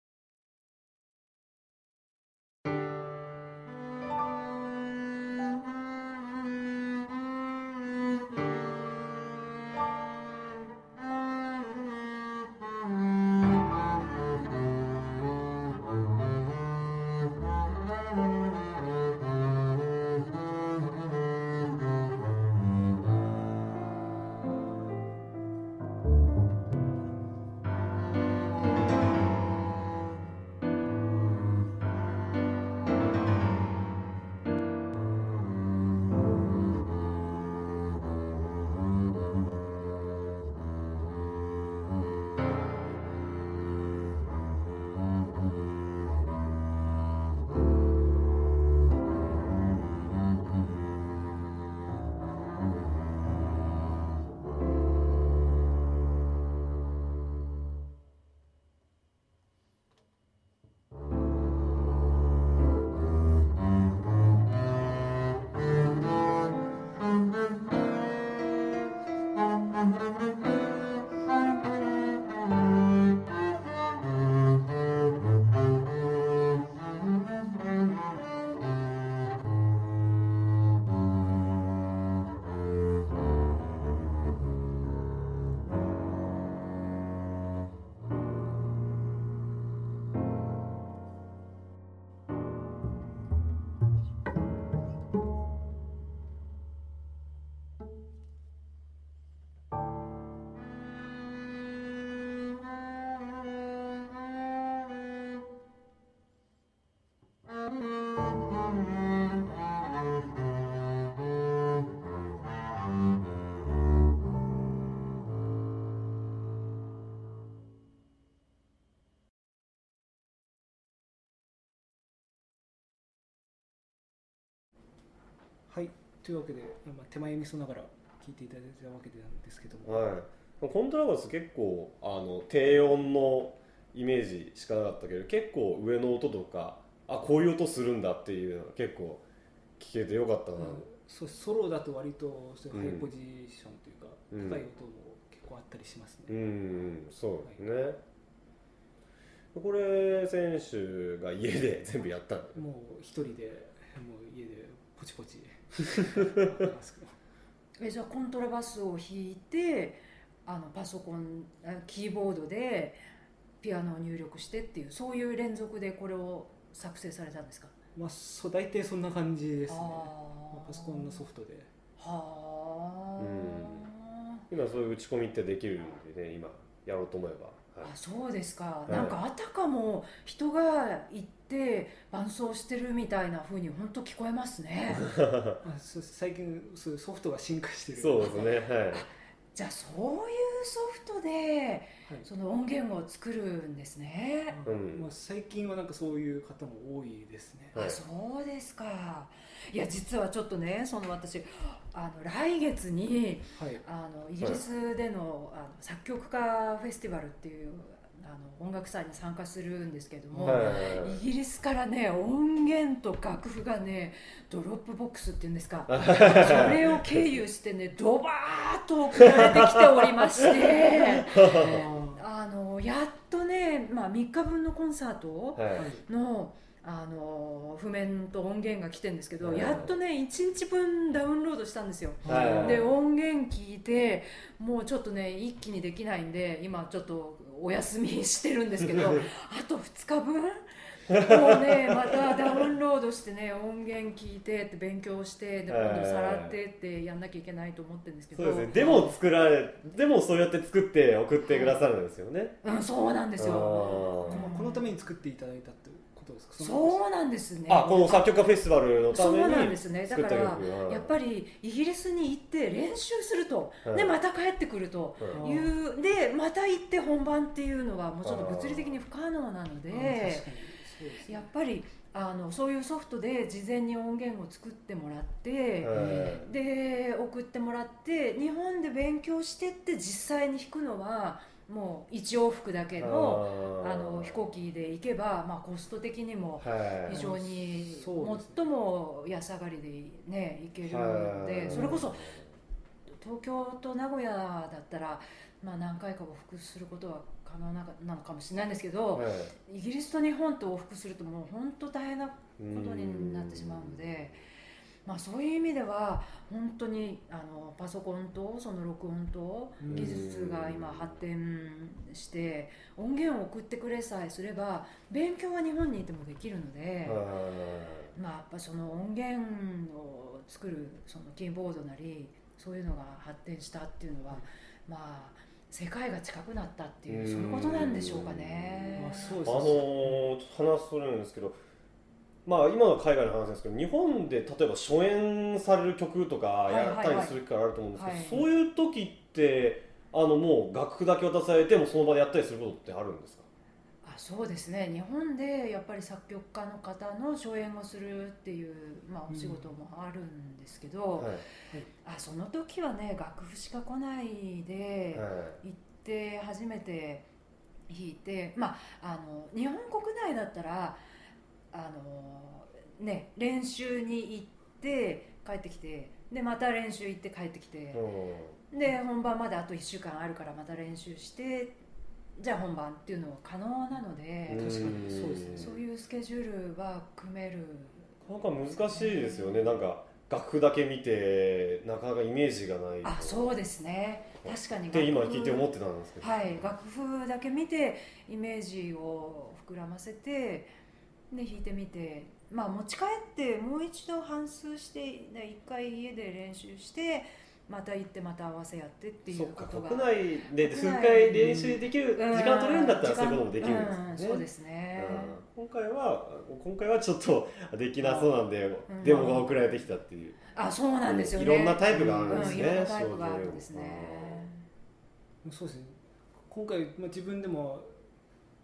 Speaker 2: はいというわけで、まあ、手前味噌ながら聴いていただいたわけなんですけども、
Speaker 1: はい、コントラバス結構あの低音のイメージしかなかったけど結構上の音とかあこういう音するんだっていうのが結構聞けてよかったな、
Speaker 2: うんそうソロだと割とそういうハイ
Speaker 1: うん
Speaker 2: ポジションというか、
Speaker 1: うん
Speaker 2: 高い音も結構あったりしますね、
Speaker 1: うん、そうですね、これ選手が家で全部やったんだよね
Speaker 2: もう一人でもう家でポチポチやってますけど
Speaker 3: えじゃあコントラバスを弾いてあのパソコンあキーボードでピアノを入力してっていうそういう連続でこれを作成されたんですか
Speaker 2: まあそう大体そんな感じですね
Speaker 3: あー
Speaker 2: まあパソコンのソフトで
Speaker 3: はあ、
Speaker 1: う今そういう打ち込みってできるんでね今やろうと思えば、はい
Speaker 3: あそうですか、
Speaker 1: い
Speaker 3: なんかあたかも人が行って伴奏してるみたいな風に本当聞こえますね
Speaker 2: まあ、そう最近そういうソフトが進化してる
Speaker 1: そうですねはい
Speaker 3: じゃあそういうソフトで
Speaker 2: はい
Speaker 3: その音源を作るんですね、
Speaker 1: うん
Speaker 2: まあ、最近はなんかそういう方も多いですね、
Speaker 1: はい
Speaker 3: あそうですかいや実はちょっとねその私あの来月に
Speaker 2: はい
Speaker 3: あのイギリスでの,、あの作曲家フェスティバルっていうあの音楽祭に参加するんですけども、
Speaker 1: はいはいはい
Speaker 3: イギリスからね音源と楽譜がねドロップボックスっていうんですかそれを経由してねドバーッと送られてきておりまして
Speaker 2: あ
Speaker 3: あのやっとね、まあ、3日分のコンサート
Speaker 2: ー
Speaker 1: はい
Speaker 2: はい
Speaker 3: のあの譜面と音源が来てるんですけど、
Speaker 1: はい
Speaker 3: やっとね1日分ダウンロードしたんですよ。
Speaker 1: はい
Speaker 3: で音源聞いてもうちょっとね一気にできないんで今ちょっとお休みしてるんです けどあと2日分もうねまたダウンロードしてね音源聞いてって勉強してで今度さらってってやんなきゃいけないと思ってるんですけ
Speaker 1: そ
Speaker 3: ど
Speaker 1: うですねでも作られでもそうやって作って送ってくださるんですよね
Speaker 3: うん、そうなんですよ
Speaker 1: あー
Speaker 2: まあこのために作っていただいたってことですか
Speaker 3: そうなんですね
Speaker 1: あこの作曲家フェスティバルのた
Speaker 3: そうな
Speaker 1: め
Speaker 3: んで
Speaker 1: に
Speaker 3: すねだ
Speaker 1: 作
Speaker 3: か
Speaker 1: った曲
Speaker 3: ら
Speaker 1: は
Speaker 3: やっぱりイギリスに行って練習すると、
Speaker 1: はい
Speaker 3: でまた帰ってくると、
Speaker 1: り
Speaker 2: うん
Speaker 3: いうでまた行って本番っていうのはもうちょっと物理的に不可能
Speaker 2: うん
Speaker 3: なの
Speaker 2: 確かにそ
Speaker 3: で
Speaker 2: うですね
Speaker 3: やっぱりあのそういうソフトで事前に音源を作ってもらって、で送ってもらって日本で勉強してって実際に弾くのはもう1往復だけのあの飛行機で行けば、まあ、コスト的にも
Speaker 1: 機は
Speaker 3: 非
Speaker 1: い
Speaker 3: 常に
Speaker 2: そうですね
Speaker 3: 最も安上がりでね行けるので、
Speaker 1: はい
Speaker 3: それこそ東京と名古屋だったら、まあ、何回か往復することは可能なかなのかもしれないんですけど、
Speaker 1: はい
Speaker 3: イギリスと日本と往復するともう本当大変なことになってしまうので、まあ、そういう意味では本当にあのパソコンとその録音と
Speaker 2: うん
Speaker 3: 技術が今発展して音源を送ってくれさえすれば勉強は日本にいてもできるので。
Speaker 1: はい
Speaker 3: まあ、やっぱその音源を作るそのキーボードなりそういうのが発展したっていうのは、まあ世界が近くなったっていう
Speaker 1: うん
Speaker 3: そういうことなんでしょうかね
Speaker 2: ま。あそう
Speaker 1: あ
Speaker 2: で
Speaker 1: のー
Speaker 2: す
Speaker 1: ちょっと話それるんですけどまあ今の海外の話なんですけど日本で例えば初演される曲とか
Speaker 3: いはい
Speaker 1: や
Speaker 3: は
Speaker 1: っ
Speaker 3: い
Speaker 1: たりする機会あると思うんですけど、
Speaker 3: はい
Speaker 1: そういう時ってあのもう楽譜だけ渡されてもその場でやったりすることってあるんですか
Speaker 3: あそうですね日本でやっぱり作曲家の方の初演をするっていう、まあ、お仕事もあるんですけど、
Speaker 1: はい
Speaker 3: あその時はね楽譜しか来ないで。
Speaker 1: はい
Speaker 3: 行って初めて弾いてまああの日本国内だったらあのね練習に行って帰ってきてでまた練習行って帰ってきて
Speaker 1: う、
Speaker 3: で本番まであと1週間あるからまた練習してじゃあ本番っていうのは可能なので、
Speaker 1: ん
Speaker 2: 確かにそうですね
Speaker 3: そういうスケジュールは組める
Speaker 1: なんか難しいですよね、なんか楽譜だけ見て、なかなかイメージがない
Speaker 3: あ
Speaker 1: っ
Speaker 3: そうですね確かに
Speaker 1: て今、
Speaker 3: 楽譜
Speaker 1: 聞いて思ってたんですけど、
Speaker 3: はい、楽譜だけ見てイメージを膨らませてで弾いてみて、まあ、持ち帰ってもう一度反数してで一回家で練習してまた行ってまた合わせやってってい
Speaker 1: そうっ
Speaker 3: こ
Speaker 1: か、
Speaker 3: とが
Speaker 1: 国内で数
Speaker 3: 国内
Speaker 1: 回練習できる、
Speaker 3: うん
Speaker 1: 時間取れるんだったら、
Speaker 3: 時
Speaker 1: そう
Speaker 3: 間
Speaker 1: いうこともできるんですよね。
Speaker 3: うんそうですね、
Speaker 1: うん今回は今回はちょっと できなそうなんで、
Speaker 3: ん
Speaker 1: デモが送られてきたっていう、
Speaker 3: あそうなんですよね
Speaker 1: いろんなタイプがあるんですね、
Speaker 3: うんいろんなタイプがあるんですね
Speaker 2: そうですね今回、まあ、自分でも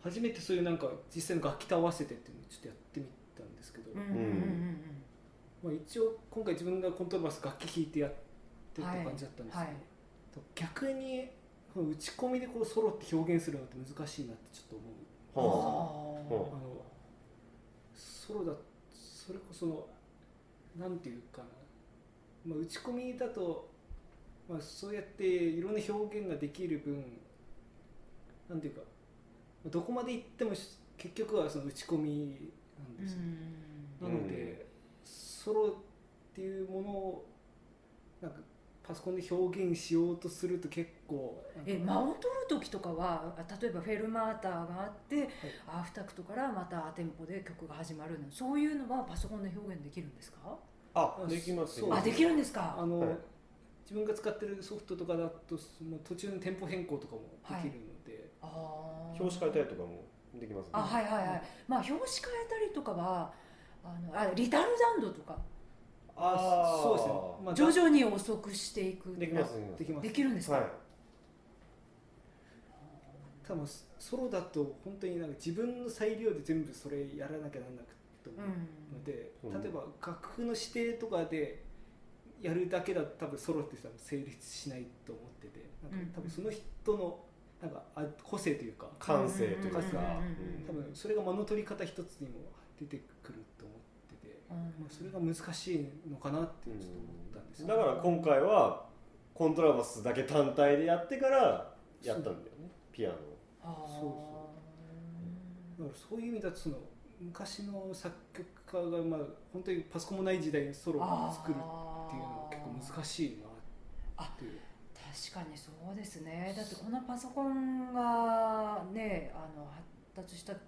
Speaker 2: 初めてそういうなんか実際の楽器と合わせてっていうのをちょっとやってみたんですけど、
Speaker 3: うんうん
Speaker 2: ま
Speaker 3: うんうん
Speaker 2: あ、一応今回自分がコントラバス楽器弾いてやってった感じだったん
Speaker 3: うん
Speaker 2: ですけど、
Speaker 3: はい
Speaker 2: 逆にこの打ち込みでこうソロって表現するのって難しいなってちょっと思
Speaker 1: う
Speaker 2: う
Speaker 1: んは
Speaker 3: あー
Speaker 1: は
Speaker 2: あのソロだそれこそのなんていうかな、まあ、打ち込みだと、まあ、そうやっていろんな表現ができる分なんていうかまあどこまで行ってもし結局はその打ち込みなん
Speaker 3: う
Speaker 2: ですよ、
Speaker 3: ん
Speaker 1: うん
Speaker 2: なので、ソロっていうものをなんかパソコンで表現しようとすると結構なんか
Speaker 3: え間を取る時とかはあ例えばフェルマーターがあって、アフタクトからまたアテンポで曲が始まるのそういうのはパソコンで表現できるんですか
Speaker 1: あできますよ
Speaker 2: そう
Speaker 3: あできるんですか
Speaker 2: あの、
Speaker 1: はい
Speaker 2: 自分が使ってるソフトとかだとその途中の店舗変更とかもできるので、
Speaker 3: あー
Speaker 1: 表紙変えたりとかもできますね
Speaker 3: あはいはいはいまあ表紙変えたりとかはあのあリタルダンドとか
Speaker 1: あー
Speaker 2: そうですね、まあ
Speaker 3: 徐々に遅くしていく
Speaker 1: できます
Speaker 2: できます
Speaker 3: できるんですか、
Speaker 1: はい
Speaker 2: 多分ソロだと本当になんか自分の裁量で全部それやらなきゃなんなくても
Speaker 3: うん
Speaker 2: ので、
Speaker 1: うん
Speaker 2: 例えば楽譜の指定とかでやるだけだと多分ソロって多分成立しないと思っててな
Speaker 3: うん
Speaker 2: んか多分その人のなんかあ個性というか
Speaker 1: 感性というか
Speaker 3: うんうん
Speaker 2: 多分それが間の取り方一つにも出てくると思ってて、
Speaker 3: うん
Speaker 2: まあ、それが難しいのかなってちょっと思ったんです
Speaker 1: うん
Speaker 2: よ
Speaker 1: だから今回はコントラバスだけ単体でやってからやったんだよねピアノを
Speaker 3: あー
Speaker 2: そうだからそういう意味だとその昔の作曲家がまあ本当にパソコンもない時代にソロを作るっていうのは結構難しいなっていう
Speaker 3: 確かにそうですねだってこのパソコンがねあの発達した発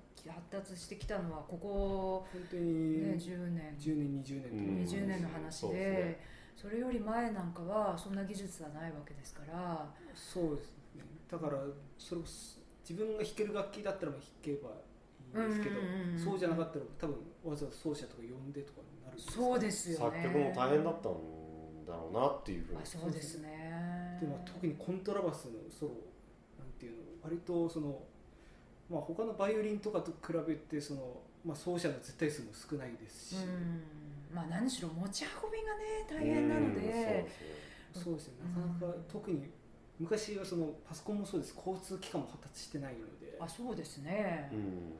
Speaker 3: 達してきたのはここ、
Speaker 2: 本当
Speaker 3: ね
Speaker 2: に
Speaker 3: 10年
Speaker 2: 10年20年とか、
Speaker 1: うん
Speaker 3: 20年の話で,、
Speaker 1: そうですね
Speaker 3: それより前なんかはそんな技術はないわけですから
Speaker 2: そうですねだからそれこそ自分が弾ける楽器だったらまあ弾けばいいんですけど、
Speaker 3: うんうんうんうん
Speaker 2: そうじゃなかったら多分わざわざ奏者とか呼んでとかになるんです
Speaker 3: そうですすよ
Speaker 1: 作
Speaker 3: ね
Speaker 1: 曲も大変だったんだろうなっていうふうに
Speaker 3: あそうですね
Speaker 2: で、まあ、特にコントラバスのソロなんていうの割とその、まあ、他のバイオリンとかと比べてその、まあ、奏者の絶対数も少ないですし、
Speaker 3: うんまあ何しろ持ち運びがね大変なの
Speaker 1: うんそう
Speaker 3: で、
Speaker 1: すね
Speaker 2: そうですねなかなか
Speaker 3: うん
Speaker 2: 特に昔はそのパソコンもそうです交通機関も発達してないので
Speaker 3: あそうですね、
Speaker 1: うん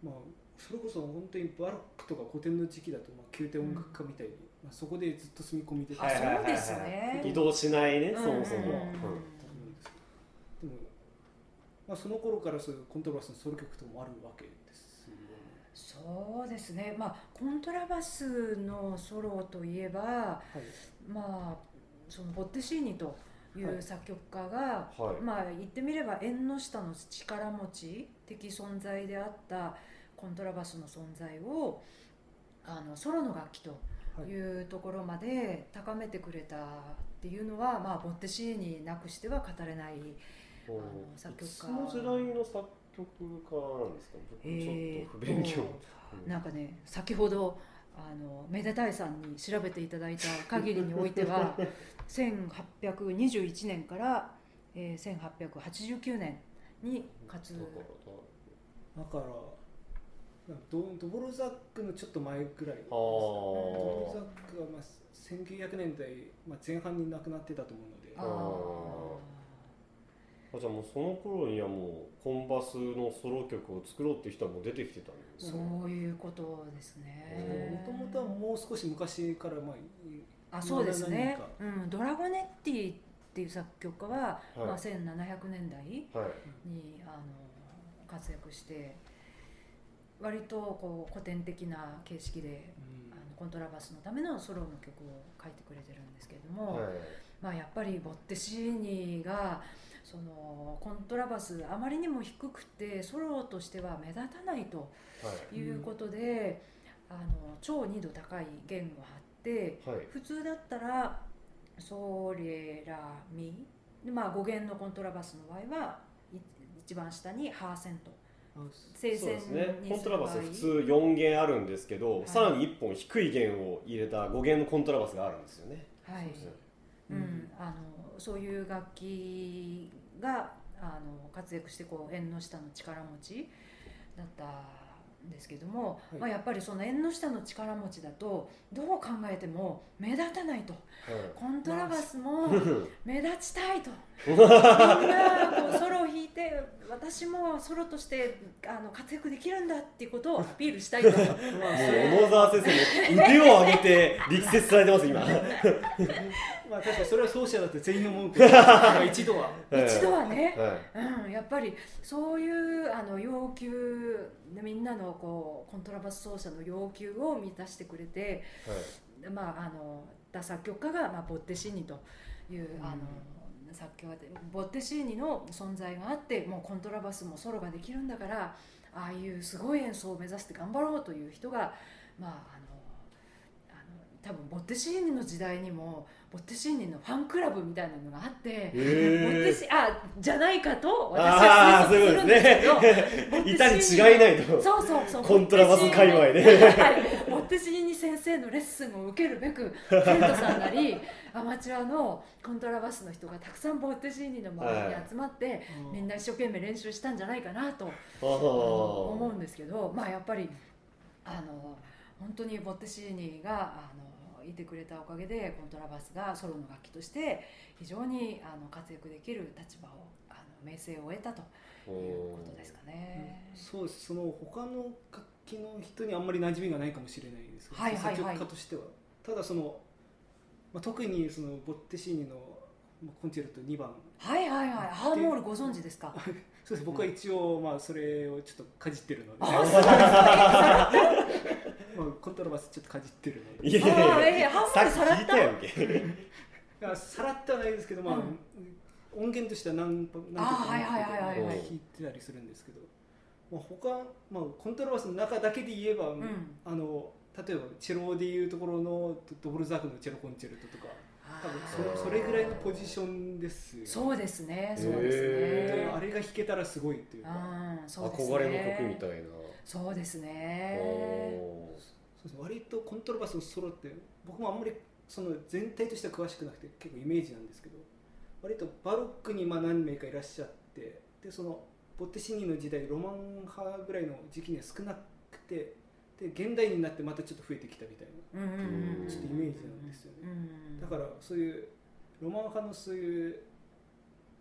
Speaker 2: まあ、それこそ本当にバロックとか古典の時期だと、まあ、宮廷音楽家みたいに、まあ、そこでずっと住み込みで
Speaker 1: はいはいはいはい
Speaker 3: そうですね
Speaker 1: 移動しないね、
Speaker 3: うん
Speaker 1: そもそも、
Speaker 3: うん
Speaker 2: だと思うんですけどでも、まあ、その頃からそういうコントラバスのソロ曲とかもあるわけですよね
Speaker 3: そうですねまあコントラバスのソロといえば
Speaker 2: はい
Speaker 3: まあそのボッテシーニとい
Speaker 2: は
Speaker 3: う
Speaker 2: い
Speaker 3: 作曲家が、
Speaker 1: はい
Speaker 3: まあ言ってみれば縁の下の力持ち的存在であったコントラバスの存在をあのソロの楽器と
Speaker 2: はい
Speaker 3: いうところまで高めてくれたっていうのは、まあ、ボッテシーニなくしては語れない
Speaker 1: うん
Speaker 3: あの作曲家
Speaker 1: いつの時代の作曲家なんですか僕ちょっと不勉強、うん
Speaker 3: なんかね先ほどあのめでたいさんに調べていただいた限りにおいて は1821年から、えー、1889年に活
Speaker 1: だ
Speaker 3: 動
Speaker 2: だからなんかドドボルザックのちょっと前ぐらい
Speaker 1: あ
Speaker 2: ドボル
Speaker 1: ー
Speaker 2: ザックはまあ1900年代、まあ、前半に亡くなってたと思うので
Speaker 3: あ
Speaker 1: ああじゃあもうその頃にはもうコンバスのソロ曲を作ろうっていう人はもう出てきてたん
Speaker 3: ー
Speaker 1: です
Speaker 3: そ
Speaker 1: ね
Speaker 3: ういうことですね
Speaker 2: もともとはもう少し昔からまあい
Speaker 3: あそうです
Speaker 2: い
Speaker 3: ね
Speaker 2: ろんな、
Speaker 3: うん、ドラゴネッティっていう作曲家は、ま
Speaker 1: は
Speaker 3: あ、1700年代
Speaker 1: い、はい、
Speaker 3: にあの活躍して割とこう古典的な形式で
Speaker 2: うん
Speaker 3: あのコントラバスのためのソロの曲を書いてくれてるんですけれども、
Speaker 1: はい
Speaker 3: まあ、やっぱりボッテシーニがそのコントラバスあまりにも低くてソロとしては目立たないということで、あの超二度高い弦を張って
Speaker 1: はいはい
Speaker 3: 普通だったらソレラミ、まあ、5弦のコントラバスの場合はい一番下にハーセント
Speaker 2: あ
Speaker 3: 正
Speaker 1: そう
Speaker 3: 線
Speaker 1: ですね
Speaker 3: に
Speaker 1: コン
Speaker 3: す
Speaker 1: ト
Speaker 3: る
Speaker 1: ラ
Speaker 3: 場
Speaker 1: バ
Speaker 3: 合
Speaker 1: ス普通4弦あるんですけど、
Speaker 3: はい
Speaker 1: さらに1本低い弦を入れた5弦のコントラバスがあるんですよね、
Speaker 3: は
Speaker 1: そ
Speaker 3: い
Speaker 1: うですね
Speaker 3: うんあのそういう楽器があの活躍してこう縁の下の力持ちだったんですけども、
Speaker 2: はい
Speaker 3: まあ、やっぱりその縁の下の力持ちだとどう考えても目立たないとコントラバスも 目立ちたいとみんなこうソロを弾いて私もソロとしてあの活躍できるんだっていうことをアピールしたいと。
Speaker 2: まあそ
Speaker 1: はい、
Speaker 2: れ
Speaker 1: もう小野沢先生の腕を上げて力説されてます今
Speaker 2: まあ確かにそれは奏者だって全員思 うけどまあ一度は
Speaker 3: 一度
Speaker 1: は
Speaker 3: はね
Speaker 1: い、はい
Speaker 3: うん、やっぱりそういうあの要求みんなのこうコントラバス奏者の要求を満たしてくれて、まあ、あのだ作曲家が、まあ、ボッテシーニという、
Speaker 2: うん
Speaker 3: あの作曲家でボッテシーニの存在があってもうコントラバスもソロができるんだからああいうすごい演奏を目指して頑張ろうという人が、まあ、あのあの多分ボッッテシーニの時代にもボッテシーニのファンクラブみたいなのがあって、ボッテ
Speaker 1: へ
Speaker 3: シあじゃないかと私
Speaker 1: あ
Speaker 3: は
Speaker 1: あー、そう
Speaker 3: 推
Speaker 1: いう
Speaker 3: 測
Speaker 1: こ
Speaker 3: する
Speaker 1: と
Speaker 3: んです
Speaker 1: で
Speaker 3: け
Speaker 1: す ね。いたに違いな
Speaker 3: どボッテシーニ
Speaker 1: いと。
Speaker 3: そうそうそう
Speaker 1: コントラバス界隈で
Speaker 3: はいボッテシーニ先生のレッスンを受けるべくテントさんなり アマチュアのコントラバスの人がたくさんボッテシーニの周りに集まって、みんな一生懸命練習したんじゃないかなとあの思うんですけど、まあ、やっぱりあの本当にボッテシーニがあのいてくれたおかげでコントラバスがソロの楽器として非常にあの活躍できる立場をあの名声を得たと
Speaker 1: う
Speaker 3: いうことですかね。
Speaker 2: そうですその他の楽器の人にあんまり馴染みがないかもしれないですけど、
Speaker 3: はいはいはい
Speaker 2: 作曲家としてはただその、まあ、特にそのボッテシーニのまあコンチェルト2番
Speaker 3: はいはいはい、ハーモールご存知ですか。
Speaker 2: そうです僕は一応、まあ、それをちょっとかじってるので、
Speaker 3: あ、す
Speaker 2: ま
Speaker 3: ごい。
Speaker 2: あ、コントラバスちょっとかじってるの
Speaker 1: い
Speaker 2: で
Speaker 1: やいやい
Speaker 3: あーえー
Speaker 1: や
Speaker 3: ハン、バ
Speaker 1: さ
Speaker 3: ーグさら
Speaker 1: っ
Speaker 3: っ
Speaker 1: き聞
Speaker 3: た
Speaker 1: いたやんけ。
Speaker 2: だからさらってはないですけど、まあ
Speaker 3: うん
Speaker 2: 音源としては何何曲か
Speaker 3: あはいはいはいはい
Speaker 1: はい
Speaker 2: 弾いてたりするんですけど、まあ、他、まあ、コントラバスの中だけで言えば、
Speaker 3: うん。
Speaker 2: あの例えばチェロでいうところのドボルザークのチェロコンチェルトとか多分そそれぐらいのポジションですよね
Speaker 3: そうですね、そうです
Speaker 1: へ
Speaker 2: で
Speaker 3: ね
Speaker 1: ー。
Speaker 2: あれが弾けたらすごいっていうか
Speaker 3: うん、そうですね。
Speaker 1: 憧れの曲みたいな。
Speaker 3: そうですね。
Speaker 1: おー
Speaker 2: そうです割とコントラバスのソロって僕もあんまりその全体としては詳しくなくて結構イメージなんですけど割とバロックにまあ何名かいらっしゃってでそのボッテシーニの時代ロマン派ぐらいの時期には少なくてで現代になってまたちょっと増えてきたみたいな
Speaker 3: うんうんうんうん
Speaker 1: ちょっ
Speaker 2: とイメージなんですよね
Speaker 3: うんうん
Speaker 2: だからそういうロマン派のそういう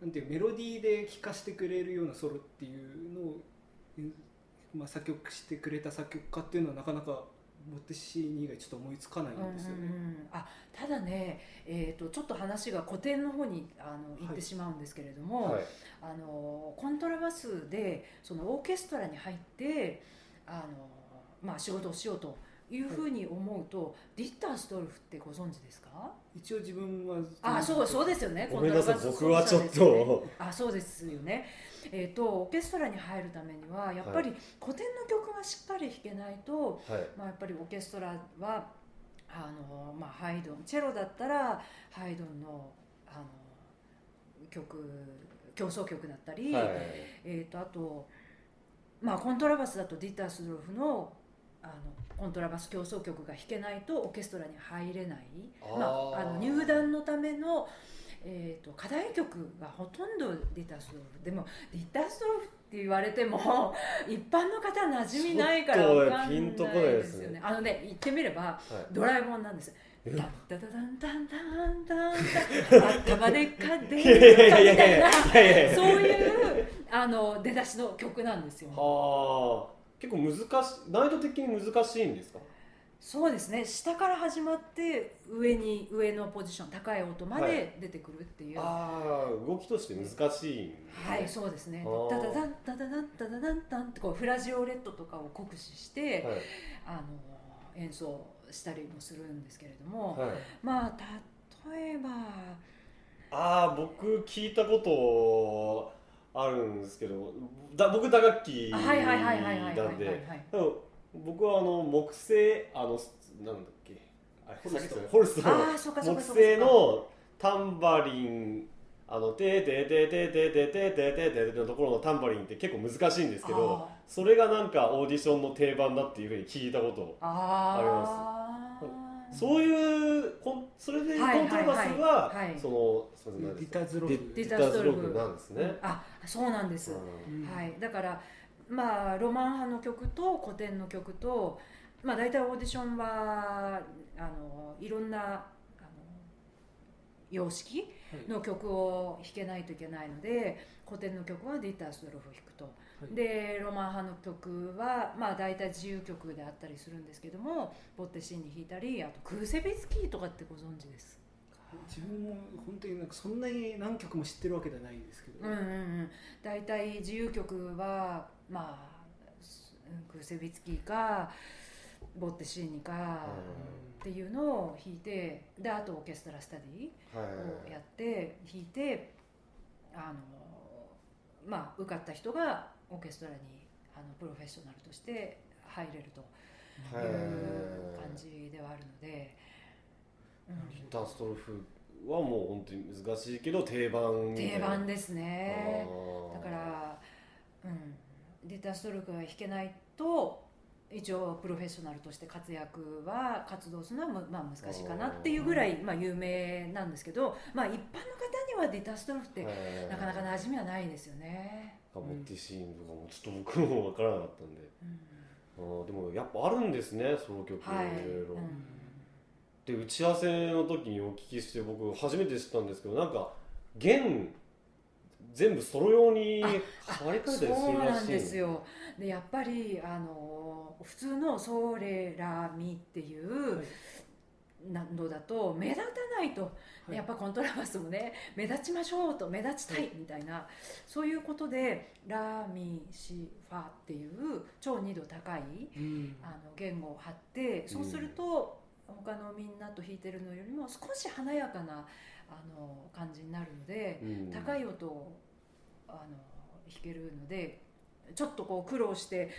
Speaker 2: なんていうメロディーで聴かせてくれるようなソロっていうのを、うんまあ、作曲してくれた作曲家っていうのはなかなかモテシーニ以外ちょっと思いつかないんですよね。
Speaker 3: うんうんうんあただね、えー、とちょっと話が古典の方にあの行っ
Speaker 2: はい
Speaker 3: てしまうんですけれども、
Speaker 1: はい。
Speaker 3: あのコントラバスでそのオーケストラに入ってあの、まあ、仕事をしようというふうに思うと、ディッター・ストルフってご存知ですか
Speaker 2: 一応自分は。
Speaker 3: あそうそうですすよね
Speaker 1: ごめんなさい
Speaker 3: コ、ン
Speaker 1: 僕
Speaker 3: トラ
Speaker 1: は
Speaker 3: バス
Speaker 1: ち
Speaker 3: 奏
Speaker 1: ょっ
Speaker 3: 者ですよね
Speaker 1: と。
Speaker 3: あそうですよね、えー、とオーケストラに入るためにはやっぱり古典の曲がしっかり弾けないと、
Speaker 1: はい。
Speaker 3: まあ、やっぱりオーケストラはあの、まあ、ハイドンチェロだったらハイドンのあの曲競争曲だったり、
Speaker 1: はい。
Speaker 3: えー、とあと、まあ、コントラバスだとディター・スドロフのあのコントラバス競争曲が弾けないとオーケストラに入れないまあ、あの入団のための、えー、と課題曲がほとんどディター・スドロフでもディター・スドロフって言われても 一般の方馴染みないから
Speaker 1: ちょっと
Speaker 3: わかん
Speaker 1: ピ
Speaker 3: ない
Speaker 1: ンとこないです
Speaker 3: ですよねあのね言ってみれば
Speaker 1: はい
Speaker 3: ドラえもんなんです
Speaker 1: え
Speaker 3: ダンダダダンダンダンダンダ ン頭でっかでっ
Speaker 1: い
Speaker 3: か
Speaker 1: やいや
Speaker 3: み
Speaker 1: いや
Speaker 3: た
Speaker 1: い
Speaker 3: い
Speaker 1: やや
Speaker 3: ない
Speaker 1: いや。
Speaker 3: そういうあの出だしの曲なんですよ。
Speaker 1: はあ。結構難し、難易度的に難しいんですか。
Speaker 3: そうですね。下から始まって上に上のポジション高い音ま
Speaker 1: は
Speaker 3: で
Speaker 1: い
Speaker 3: 出てくるっていう。は
Speaker 1: ああ、動きとして難しいんですね。
Speaker 3: い、そうですね
Speaker 1: あ。ー
Speaker 3: ダダダンダダダンダダダンダンってこうフラジオレットとかを酷使して、
Speaker 1: はい。
Speaker 3: あの演奏したりもするんですけれども、
Speaker 1: はい。
Speaker 3: まあ例えば
Speaker 1: ああ僕聞いたことあるんですけどだ僕打楽器
Speaker 3: あはいはいはいはいはいはいは
Speaker 1: ないんででも僕はあの木製あのすなんだっけあれ
Speaker 2: ホルスト
Speaker 1: さっきホルスト
Speaker 3: ああそうかそう
Speaker 1: 木
Speaker 3: かそうかそう
Speaker 1: 製
Speaker 3: か。
Speaker 1: のタンバリンあのてーてーてーてーてーてーてーてーてーてーてーのところのタンバリンって結構難しいんですけど
Speaker 3: あー
Speaker 1: それがなんかオーディションの定番だっていうふうに聞いたこと
Speaker 3: あ
Speaker 1: あり
Speaker 3: あ
Speaker 1: そういうこんそれでコ
Speaker 3: はい
Speaker 1: ントラバスは
Speaker 3: はいはい
Speaker 1: そのすいません何
Speaker 2: デ
Speaker 1: で
Speaker 2: ィ
Speaker 1: すか
Speaker 2: タズロ
Speaker 1: デ
Speaker 2: フ。
Speaker 1: ィタズログなんですね。
Speaker 3: あそうなんです、
Speaker 1: うん
Speaker 2: うん
Speaker 3: はい、だからまあロマン派の曲と古典の曲と、まあ、大体オーディションはあのいろんなあの様式の曲を弾けないといけないので古典の曲はディーター・ストロフを弾くと、
Speaker 2: い
Speaker 3: でロマン派の曲は、まあ、大体自由曲であったりするんですけどもボッテシーニ弾いたりあとクーセビツキーとかってご存知ですか
Speaker 2: 自分も本当になんかそんなに何曲も知ってるわけじゃないんですけど、
Speaker 3: うんうんうん、大体自由曲はまあすうんクーセビツキーかボッテシーニかっていうのを弾いてであとオーケストラスタディ
Speaker 1: はい
Speaker 3: をやって弾いてあのまあ受かった人がオーケストラにあのプロフェッショナルとして入れるという
Speaker 1: へー
Speaker 3: 感じではあるので、
Speaker 1: リタストルフはもう本当に難しいけど定番みた
Speaker 3: 定
Speaker 1: いな
Speaker 3: 番ですね
Speaker 1: あー
Speaker 3: だから、うん、データストルクが弾けないと一応プロフェッショナルとして活躍は活動するのはむ、まあ、難しいかなっていうぐらい、まあ、有名なんですけど、まあ、一般の方にはデータストルフって
Speaker 1: はい
Speaker 3: なかなか馴染みはないですよね。
Speaker 1: ハモティシーンとかもちょっと僕も分からなかったんで
Speaker 3: うん
Speaker 1: あーでもやっぱあるんですねその曲いろ
Speaker 3: はいい、
Speaker 1: ろ、
Speaker 3: うん
Speaker 1: で打ち合わせの時にお聞きして僕初めて知ったんですけどなんか弦全部ソロ用に
Speaker 3: あ
Speaker 1: 変わり替えたりするらしい
Speaker 3: そうなんですよでやっぱりあの普通のソーレラミっていう
Speaker 2: はい
Speaker 3: なのだと目立たないと、
Speaker 2: い
Speaker 3: やっぱコントラバスもね目立ちましょうと目立ちたいみたいな、そういうことでラミシファっていう超二度高い
Speaker 2: うん
Speaker 3: あの言語を張ってそうすると他のみんなと弾いてるのよりも少し華やかなあの感じになるので。
Speaker 1: うん
Speaker 3: 高い音をあの弾けるのでちょっとこう苦労して、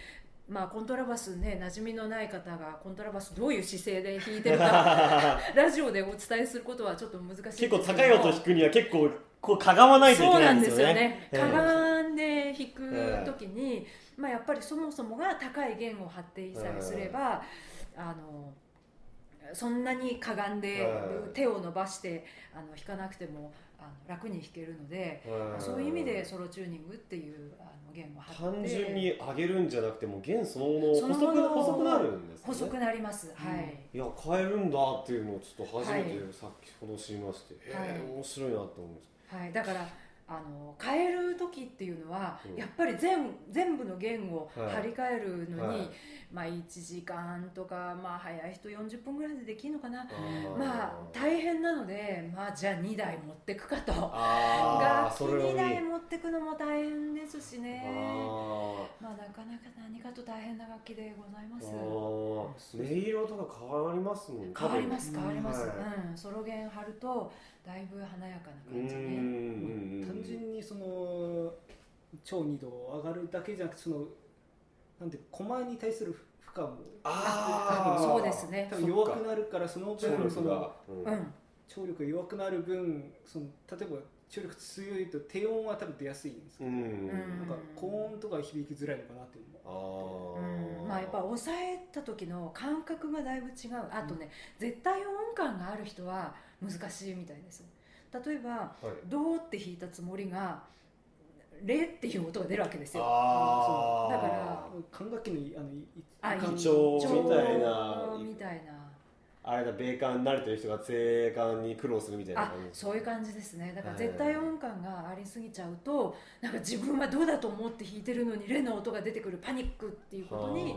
Speaker 3: まあ、コントラバスね馴染みのない方がコントラバスどういう姿勢で弾いてるかラジオでお伝えすることはちょっと難しいんですけ
Speaker 1: 結
Speaker 3: ど
Speaker 1: 構高い音弾くには結構こうかがまないとい
Speaker 3: そ
Speaker 1: け
Speaker 3: う
Speaker 1: な
Speaker 3: ない
Speaker 1: ん
Speaker 3: ん
Speaker 1: で
Speaker 3: ですす
Speaker 1: よ
Speaker 3: よ
Speaker 1: ね。
Speaker 3: ね。
Speaker 1: ええ
Speaker 3: かがんで弾く時に、まあ、やっぱりそもそもが高い弦を張っていさえすれば、あのそんなにかがんで
Speaker 1: はい
Speaker 3: 手を伸ばしてあの弾かなくてもあの楽に弾けるので、
Speaker 1: ん
Speaker 3: そういう意味でソロチューニングっていうあの弦を張って
Speaker 1: 単純に上げるんじゃなくてもう弦そのもの
Speaker 3: その
Speaker 1: 細く
Speaker 3: も
Speaker 1: な
Speaker 3: の
Speaker 1: 細くなるんですね。
Speaker 3: 細くなります、はい
Speaker 1: いや変えるんだっていうのをちょっと初めて
Speaker 3: は
Speaker 1: さっきほど知りまして、え
Speaker 3: はい
Speaker 1: え面白いなと思うんです。
Speaker 3: はい、だからあの変える時っていうのは、
Speaker 1: うん
Speaker 3: やっぱり全全部の弦を
Speaker 1: はい
Speaker 3: 張り替えるのに、
Speaker 1: はい
Speaker 3: まあ、1時間とか、まあ、早い人40分ぐらいでできるのかな、
Speaker 1: ー
Speaker 3: まあ大変なので、まあ、じゃあ2台持ってくかと
Speaker 1: あ
Speaker 3: 楽
Speaker 1: ー
Speaker 3: 器
Speaker 1: それを
Speaker 3: 2台
Speaker 1: ね。
Speaker 3: 持ってくのも大変ですし
Speaker 1: あ
Speaker 3: ね
Speaker 1: ー
Speaker 3: まあ、なかなか何かと大変な楽器でございます。
Speaker 1: あー音色とか変わりますもんね
Speaker 3: 変わります
Speaker 2: うん
Speaker 3: 変わります、
Speaker 1: は
Speaker 3: うん、ソロ弦張るとだいぶ華やか
Speaker 1: う
Speaker 3: な
Speaker 1: ーん
Speaker 3: 感じね
Speaker 1: うんうん
Speaker 2: 単純にその超二度上がるだけじゃなくてそのなんていうか駒に対する負荷も
Speaker 1: あー
Speaker 3: そうですね
Speaker 2: 多分弱くなるからその
Speaker 1: 聴
Speaker 2: 分そ
Speaker 1: 力
Speaker 2: の
Speaker 1: が、うん
Speaker 3: うんうん
Speaker 2: 聴力が弱くなる分その例えば聴力強いと低音は多分出やすいんですけど、
Speaker 1: うん
Speaker 2: なんか高音とか響きづらいのかなっていうのも
Speaker 1: あー
Speaker 3: まあやっぱ抑えた時の感覚がだいぶ違うあとね、絶対音感がある人は難しいみたいです例えば
Speaker 1: はい
Speaker 3: 「ドー」って弾いたつもりが「レ」っていう音が出るわけですよ
Speaker 1: あー
Speaker 3: だから
Speaker 2: 管楽器のいあのいい
Speaker 3: あ
Speaker 2: 管楽器
Speaker 1: 胃腸
Speaker 2: の
Speaker 1: みたいな
Speaker 3: 情みたいな
Speaker 1: あれだ米韓慣れてる人が西韓に苦労するみたいな
Speaker 3: あ
Speaker 1: 感じ
Speaker 3: そういう感じですねだから絶対音感がありすぎちゃうとなんか自分はどうだと思って弾いてるのにレの音が出てくるパニックっていうことに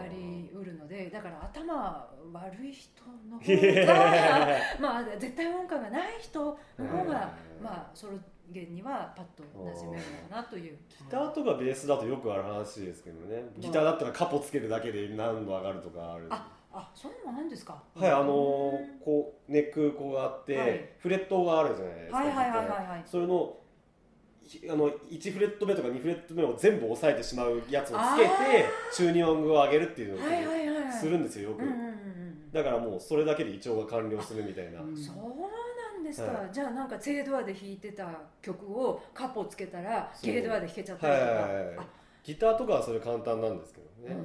Speaker 3: なりうるのでだから頭悪い人の方 が まあ絶対音感がない人の方が
Speaker 1: うん
Speaker 3: まあソロ弦にはパッと馴染めるのかなという
Speaker 1: ギターとかベースだとよくある話ですけどねギターだったらカポつけるだけで何度上がるとかある
Speaker 3: ああそういうのもあるんですか
Speaker 1: はいあのー
Speaker 3: うん
Speaker 1: こうネックこうがあって、
Speaker 3: はい
Speaker 1: フレットがあるじゃないですか
Speaker 3: はいはいはいはい
Speaker 1: ギター
Speaker 3: はい
Speaker 1: それのひあの1フレット目とか2フレット目を全部押さえてしまうやつをつけてチューニングを上げるっていうの
Speaker 3: はいは
Speaker 1: を
Speaker 3: いはい
Speaker 1: するんですよよく、
Speaker 3: うんうんうんうん
Speaker 1: だからもうそれだけで胃腸が完了するみたいな、
Speaker 2: あうん
Speaker 3: そうなんですか、
Speaker 1: は
Speaker 3: じゃあなんか正ドアで弾いてた曲をカポつけたら
Speaker 1: そう
Speaker 3: ゲイドアで弾けちゃった
Speaker 1: は
Speaker 3: り
Speaker 1: い
Speaker 3: と
Speaker 1: は
Speaker 3: か、
Speaker 1: いはいはいギターとかはそれ簡単なんですけど
Speaker 3: あ
Speaker 1: ね、
Speaker 3: う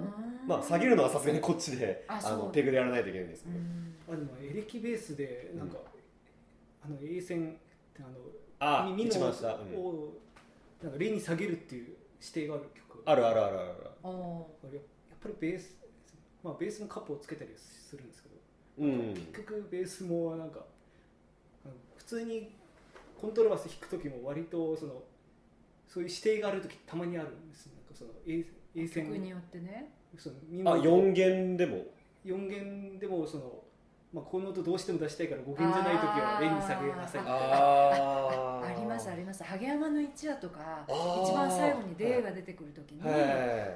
Speaker 3: ーん
Speaker 1: まあ下げるのはさすがにこっちであ
Speaker 3: あそう
Speaker 1: のペグでやらないといけないんです
Speaker 3: う
Speaker 1: けど、
Speaker 2: あ
Speaker 3: ん
Speaker 2: でもエレキベースでなんか、あの A 線ってあの
Speaker 1: あ
Speaker 2: み
Speaker 1: あ一
Speaker 2: の
Speaker 1: 番下、うん
Speaker 2: をなんかレに下げるっていう指定がある曲
Speaker 1: あるあるあるある
Speaker 3: おー
Speaker 2: これやっぱりベースまあベースのカップをつけたりするんですけど
Speaker 1: うん
Speaker 2: 結局ベースもなんかあの普通にコントラバス弾く時も割とそのそういう指定がある時たまにあるんですなんかその A, A
Speaker 3: 曲に
Speaker 2: 線
Speaker 3: よってね
Speaker 2: そのみんな
Speaker 1: あ四弦でも
Speaker 2: 4弦でもその、まあ、この音どうしても出したいから5弦じゃない時はレに下げなさい
Speaker 1: あ
Speaker 3: あー ありますあります「ハゲ山の一夜」とか
Speaker 1: あー
Speaker 3: 一番最後に「デー」が出てくる時に、
Speaker 1: はい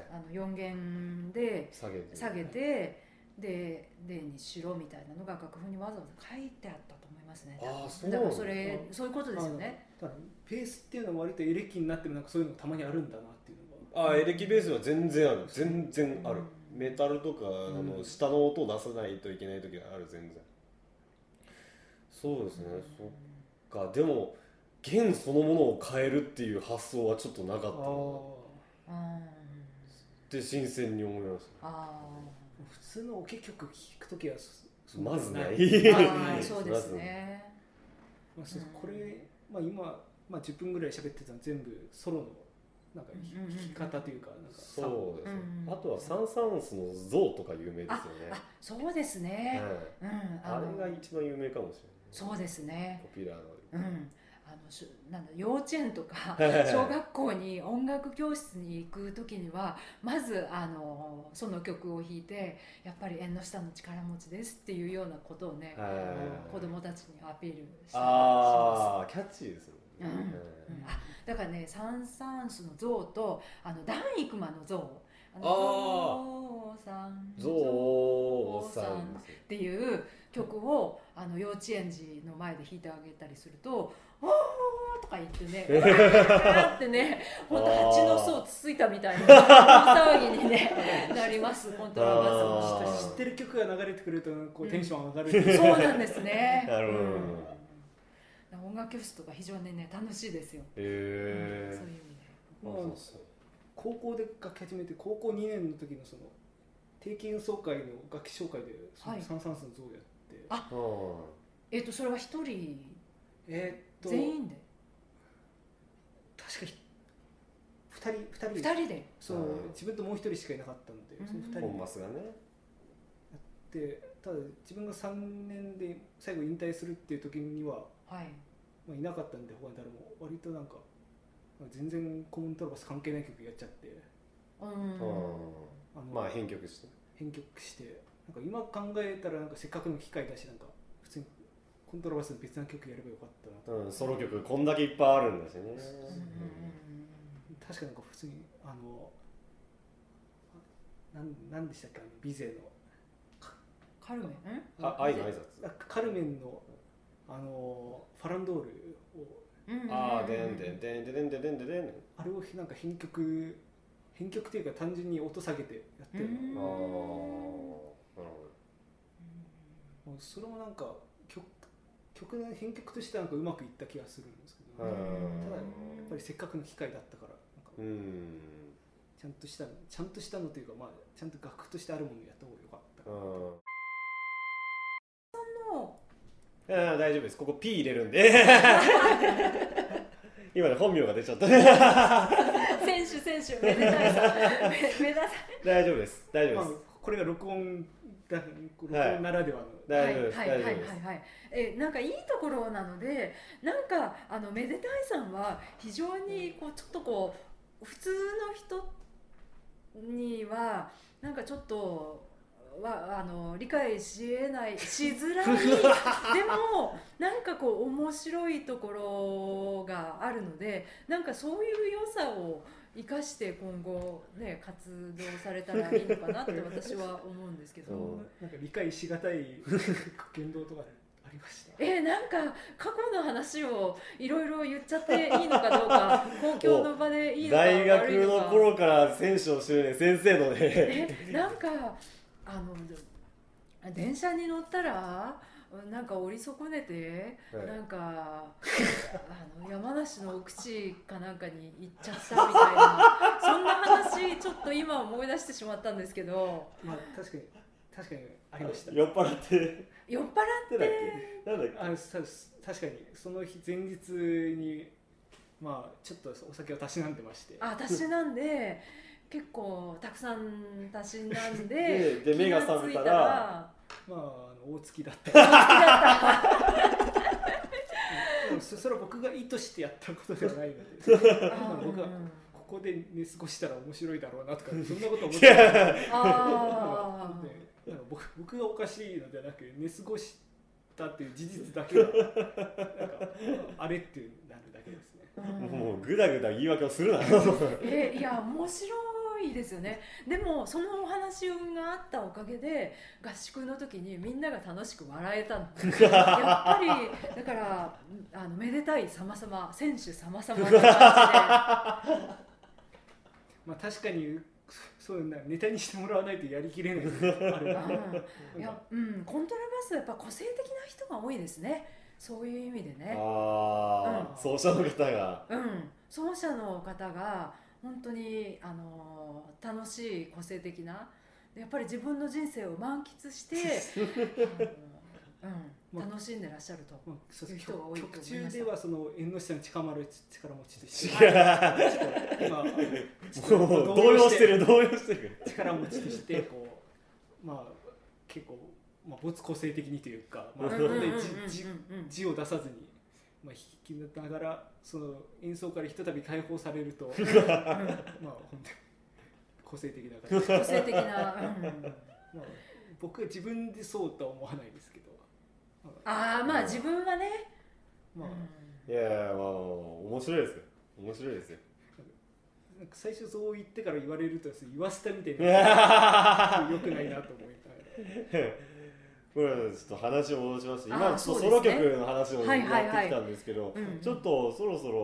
Speaker 3: あの4弦で
Speaker 1: 下げて
Speaker 3: 下げて「でデー」にしろみたいなのが楽譜にわざわざ書いてあったと思いますね
Speaker 1: あーそう
Speaker 3: だ
Speaker 1: なん
Speaker 3: か
Speaker 1: だ
Speaker 3: らそれそういうことですよね
Speaker 2: あのだからベースっていうのは割とエレキになってるなんかそういうのたまにあるんだなっていうのが
Speaker 1: あーエレキベースは全然ある全然ある
Speaker 3: うん
Speaker 1: メタルとかあ
Speaker 2: う
Speaker 1: の
Speaker 2: ん
Speaker 1: 下の音を出さないといけない時はある全然そうですねそっかでも弦そのものを変えるっていう発想はちょっとなかった
Speaker 2: あ
Speaker 1: なっ
Speaker 3: うん
Speaker 1: て新鮮に思いまし
Speaker 3: あ
Speaker 2: ー普通のオケ曲聴くときはそ
Speaker 1: たまずない、
Speaker 3: ー
Speaker 2: は
Speaker 3: あー
Speaker 2: い
Speaker 3: そうですね
Speaker 2: まあ、そう
Speaker 3: うん
Speaker 2: これ、まあ、今、まあ、10分ぐらい喋ってたの全部ソロのなんかひ
Speaker 3: うんうんうん
Speaker 2: 弾き方というかなんか
Speaker 1: そうですね、
Speaker 3: うん
Speaker 1: あとはサン・サーンスの像とか有名ですよね
Speaker 3: あそうです
Speaker 1: はい
Speaker 3: ね、うん
Speaker 1: あ
Speaker 3: あ
Speaker 1: れが
Speaker 3: の
Speaker 1: 一番有名かもしれない
Speaker 3: そうですね
Speaker 1: ポピュラーな
Speaker 3: うんあのしゅなんだ幼稚園とか
Speaker 1: はいはいはい
Speaker 3: 小学校に音楽教室に行く時にはまずあのその曲を弾いてやっぱり縁の下の力持ちですっていうようなことをね、
Speaker 1: はい
Speaker 3: 子供たちにアピールしたりします
Speaker 1: ああキャッチーですね、
Speaker 3: うんうんあだからねサン・サーンスの像とあのダン・イクマの像あのゾウさん
Speaker 1: 像をさんですね
Speaker 3: っていう曲をあの幼稚園児の前で弾いてあげたりすると「おー!」とか言ってね「うわー!」って ね本当蜂の巣をつついたみたいな大騒ぎに、 ね、なりますコントラバスの
Speaker 1: あ
Speaker 3: 人
Speaker 1: ー
Speaker 2: 知ってる曲が流れてくるとこ
Speaker 3: う
Speaker 2: うんテンション上がる、
Speaker 3: そうなんですね。
Speaker 1: なるほど
Speaker 3: うん音楽教室とか非常にね楽しいですよ。
Speaker 1: へ
Speaker 3: うんそう
Speaker 1: え
Speaker 3: いう意味で。
Speaker 1: あ
Speaker 2: まあ
Speaker 1: そうそう
Speaker 2: 高校で楽器始めて高校2年の時のその定期演奏会の楽器紹介でそ
Speaker 3: は
Speaker 2: の
Speaker 3: い
Speaker 2: サン・サンスの像をやって、
Speaker 3: あ
Speaker 1: は
Speaker 3: えっ、とそれは一人
Speaker 2: えーっと
Speaker 3: 全員で
Speaker 2: 確かに2人二人
Speaker 3: 二人で。
Speaker 2: そう
Speaker 1: うん
Speaker 2: 自分ともう1人しかいなかったので、その
Speaker 1: い
Speaker 3: うん
Speaker 2: 2
Speaker 1: 本
Speaker 2: 人
Speaker 1: マスがね
Speaker 2: でただ自分が3年で最後引退するっていう時には
Speaker 3: はい。
Speaker 2: まあ、いなかったんで他に誰も割となんか全然コモントラバス関係ない曲やっちゃって
Speaker 3: うん。
Speaker 2: あの、
Speaker 1: まあ編曲して
Speaker 2: 編曲してなんか今考えたらなんかせっかくの機会だしなんか普通にコントラバスの別な曲やればよかったなと
Speaker 1: うん、ソロ曲こんだけいっぱいあるんだしね、
Speaker 3: うん
Speaker 2: 確かなんか普通にあのあなんなんでしたっけあのビゼ
Speaker 3: カルメン。
Speaker 2: の
Speaker 1: あ愛の挨拶
Speaker 2: あカルメンのあのファランドールを
Speaker 3: うんうん
Speaker 1: ああでんでんでんでんでんでんでんでん
Speaker 2: あれをなんか編曲編曲っていうか単純に音下げてやってるの
Speaker 3: うん
Speaker 1: ああなるほ
Speaker 2: もうそれもなんか曲曲の編曲としてはなんかうまくいった気がするんですけ
Speaker 1: ど
Speaker 2: ど、
Speaker 1: う
Speaker 2: やっ
Speaker 1: ん
Speaker 2: ただやぱりせっかくの機会だったからなん
Speaker 1: う
Speaker 2: か
Speaker 1: ん
Speaker 2: ちゃんとしたのちゃんとしたのというか、まあ、ちゃんと楽譜としてあるものやった方がよかったか
Speaker 1: う
Speaker 2: ら、
Speaker 1: ん
Speaker 3: も
Speaker 1: いや大丈夫ですここ P 入れるん で今ね本名が出ち ゃった
Speaker 3: う選手選手めでたいさんめめでたい
Speaker 1: 大丈夫です大丈
Speaker 2: ま
Speaker 1: 夫
Speaker 2: あ
Speaker 1: です、
Speaker 2: これが録音だ録
Speaker 1: はい
Speaker 2: 音ならではの、
Speaker 1: 大丈夫です
Speaker 3: はい
Speaker 1: 大
Speaker 3: はい
Speaker 1: 丈
Speaker 3: は
Speaker 1: 夫
Speaker 3: い
Speaker 1: で
Speaker 3: はいはいえなんかいいところなのでなんかあのめでたいさんは非常にこうちょっとこう普通の人にはなんかちょっとはあの理解し えないしづらいでもなんかこう面白いところがあるのでなんかそういう良さを生かして今後ね活動されたらいいのかなって私は思うんですけ
Speaker 1: そ
Speaker 3: ど
Speaker 1: う。
Speaker 2: なんか理解しがたい 言動とかありました
Speaker 3: えーなんか過去の話をいろいろ言っちゃっていいのかど うか公共の場でいい
Speaker 1: す
Speaker 3: のか
Speaker 1: 大学
Speaker 3: 悪いの
Speaker 1: の
Speaker 3: か
Speaker 1: 頃から選手をしてるね先生のね
Speaker 3: えなんかあの電車に乗ったらなんか折り損ねて、
Speaker 1: はい
Speaker 3: なんかあの山梨の奥地かなんかに行っちゃったみたいなそんな話ちょっと今思い出してしまったんですけど
Speaker 2: まあ確かに確かにありました
Speaker 1: 酔っ払って
Speaker 3: 酔っ払っ
Speaker 1: なんだっけなんだっけ
Speaker 2: あのさ確かにその日前日にまあちょっとお酒をたしなんでまして
Speaker 3: あたしなんで結構たくさんたしなんで
Speaker 1: でで目が覚めたら
Speaker 2: まああの大月だった
Speaker 3: だっ
Speaker 2: でもそそれは僕が意図してやったことではないの で
Speaker 3: た
Speaker 2: 今僕は
Speaker 3: うんうん
Speaker 2: ここで寝過ごしたら面白いだろうなとかそんなこと思っ
Speaker 1: い
Speaker 2: てない
Speaker 1: や
Speaker 3: あ
Speaker 2: のでなんか僕僕がおかしいのではなく寝過ごしたっていう事実だけがなんかあれっていうなるだけですね
Speaker 3: あ、
Speaker 1: もうぐだぐだ言い訳をするな
Speaker 3: えいや面白いですよねでもそのお話があったおかげで合宿の時にみんなが楽しく笑えたのやっぱりだからあのめでたい様々選手様々な感
Speaker 2: まあ確かにそういうなネタにしてもらわないとやりきれないですあれ
Speaker 3: じで、
Speaker 2: は
Speaker 3: うんいやうん、コントラバスはやっぱ個性的な人が多いですねそういう意味でね
Speaker 1: ああ、
Speaker 2: うん
Speaker 1: 奏者の方が
Speaker 3: うん、奏者の方が本当にあの楽しい個性的なでやっぱり自分の人生を満 喫して、あのうん、
Speaker 2: まあ
Speaker 3: 楽しんでらっしゃると。
Speaker 2: まあ、そう
Speaker 3: いう
Speaker 2: です
Speaker 3: 人が多
Speaker 2: 曲
Speaker 3: いと思い
Speaker 2: 曲
Speaker 3: ました
Speaker 2: 中ではその縁の下の近丸力持ちとし
Speaker 1: 違
Speaker 2: て
Speaker 1: う
Speaker 2: ちょっと今あの
Speaker 1: もう動揺してる動揺してる
Speaker 2: 力持ちとしてこうまあ結構、まあ、没個性的にというか、まあ、で
Speaker 3: うんうんうんうんうん
Speaker 2: じ字を出さずに、まあ、弾きながらその演奏からひとたび解放されるとま
Speaker 3: うん
Speaker 2: あ本当に個性的だから、
Speaker 3: 個性的な、うん
Speaker 2: まあ、僕は自分でそうとは思わないですけど、まあ
Speaker 3: ああまあ自分はね、
Speaker 2: まあ
Speaker 1: いやいやまあ面白いですよ面白いです よ
Speaker 2: なんか最初そう言ってから言われるとそう言わせたみたい
Speaker 1: い
Speaker 2: な
Speaker 1: や
Speaker 2: 良くないなと思いながら。
Speaker 1: これちょっと話を戻しまして今ちょ
Speaker 3: あー
Speaker 1: っとソ
Speaker 3: そ
Speaker 1: ロ
Speaker 3: うですね
Speaker 1: 曲の話を
Speaker 3: はいはい
Speaker 1: やっ
Speaker 3: はい
Speaker 1: てきたんですけど
Speaker 3: うんうん
Speaker 1: ちょっとそろそろ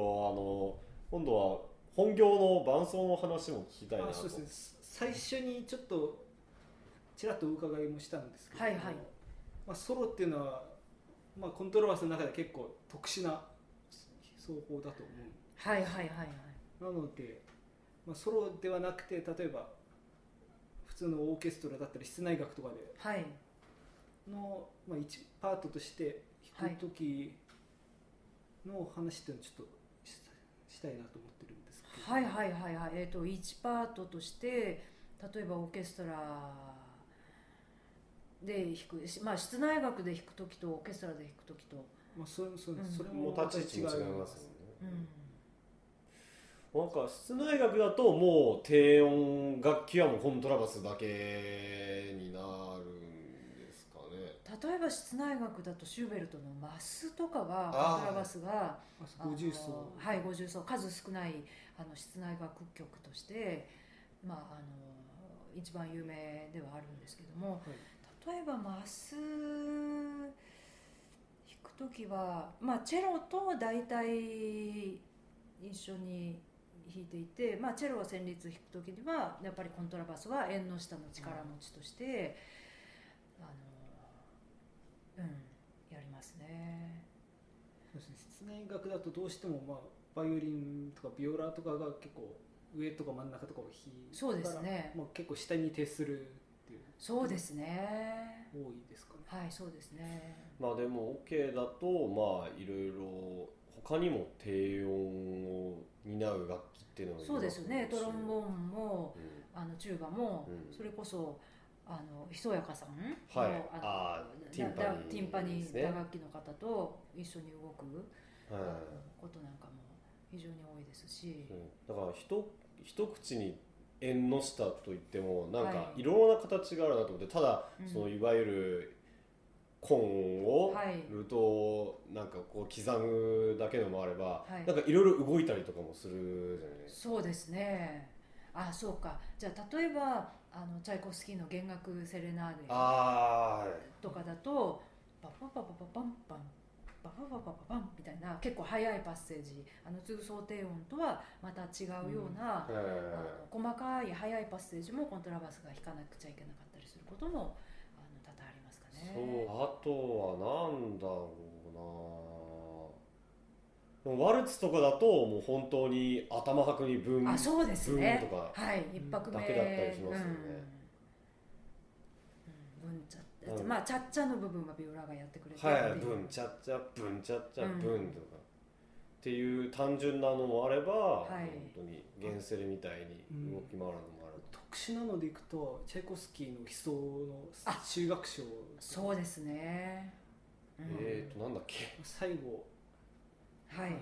Speaker 1: あの今度は本業の伴奏の話も聞きたいな
Speaker 2: あ
Speaker 1: と
Speaker 2: そうですねす最初にちょっとちらっとお伺いもしたんですけど、
Speaker 3: はいはい
Speaker 2: まあ、ソロっていうのは、まあ、コントロバスの中で結構特殊な奏法だと
Speaker 3: はいはいはいはい
Speaker 2: 思うなので、まあ、ソロではなくて例えば普通のオーケストラだったり室内楽とかで
Speaker 3: はい
Speaker 2: の、まあ、一パートとして弾く時の話っていうのをちょっとししたいなと思ってるんですけど、
Speaker 3: はいはいはいはいえっ、と1パートとして例えばオーケストラで弾くしまあ室内楽で弾く時とオーケストラで弾く時と、
Speaker 2: まあ、それそれ
Speaker 3: うん
Speaker 2: それも
Speaker 1: も
Speaker 2: ま
Speaker 1: う
Speaker 2: た
Speaker 1: 立ち位置も違いますよ
Speaker 3: う
Speaker 1: ね
Speaker 3: ん、
Speaker 1: なんか室内楽だともう低音楽器はもうコントラバスだけになるんですかね
Speaker 3: 例えば室内楽だとシューベルトの「マス」とか
Speaker 1: あー
Speaker 3: はコントラバスが
Speaker 2: あ50層
Speaker 3: あのはい50層数少ないあの室内楽曲として、まあ、あの一番有名ではあるんですけども、例えばマス弾く時は、まあ、チェロと大体一緒に弾いていて、まあ、チェロは旋律弾く時にはやっぱりコントラバスは縁の下の力持ちとして、あのうんやりますね。
Speaker 2: そうですね室内楽だとどうしてもまあバイオリンとかビオラとかが結構上とか真ん中とかを弾い
Speaker 3: そうですね
Speaker 2: まあ、結構下に徹するっていう
Speaker 3: そうですね。
Speaker 2: 多いですかね
Speaker 3: はい、そうですね。
Speaker 1: まあでも OK だとまあいろいろ他にも低音を担う楽器っていうのがいます
Speaker 3: そうですよね。トロンボー
Speaker 1: ン、
Speaker 3: ンも
Speaker 1: うん
Speaker 3: あのチューバも、
Speaker 1: うん
Speaker 3: それこそあのひそやかさんの、
Speaker 1: はい
Speaker 3: の
Speaker 1: あーティンパニー
Speaker 3: だだティンパニ
Speaker 1: です
Speaker 3: ー
Speaker 1: ね
Speaker 3: 打楽器の方と一緒に動く、
Speaker 1: はい
Speaker 3: あのことなんかも非常に多いですし、
Speaker 1: だからひと一口に縁の下といってもなんか
Speaker 3: はい
Speaker 1: いろんな形があるなと思って、ただ
Speaker 3: うん
Speaker 1: そのいわゆるコーンを
Speaker 3: はい
Speaker 1: ルートをなんかこう刻むだけのもあれば、
Speaker 3: はい
Speaker 1: なんかいろいろ動いたりとかもするじゃないですか。
Speaker 3: そうですね。あ、そうか。じゃあ例えばあのチャイコフスキーの弦楽セレナーデ
Speaker 1: あー
Speaker 3: とかだとパパパパパパンパンパパパパパパンみたいな結構速いパッセージあの通想低音とはまた違うような、
Speaker 1: はい
Speaker 3: あの細かい速いパッセージもコントラバスが弾かなくちゃいけなかったりすることもあの多々ありますかね。
Speaker 1: そうあとはなんだろうなもうワルツとかだともう本当に頭拍に分
Speaker 3: あそうですね
Speaker 1: ブーンと
Speaker 3: はい一拍目
Speaker 1: だけだったりしますよね
Speaker 3: うんうんブンチャ
Speaker 1: うん
Speaker 3: まあチャッチャの部分はビオラがやってくれて
Speaker 1: はい、
Speaker 3: っていう
Speaker 1: ブンチャッチャブンチャッチャ
Speaker 3: うん
Speaker 1: ブンとか、っていう単純なのもあれば、
Speaker 3: い
Speaker 1: 本当にゲンセルみたいに動き回るのもある、
Speaker 2: 特殊なのでいくとチャイコフスキーの悲壮の
Speaker 3: あ
Speaker 2: 修学章
Speaker 3: そうですね、うん
Speaker 1: えーとなんだっけ
Speaker 2: 最後、
Speaker 3: は
Speaker 2: あ
Speaker 3: い
Speaker 2: の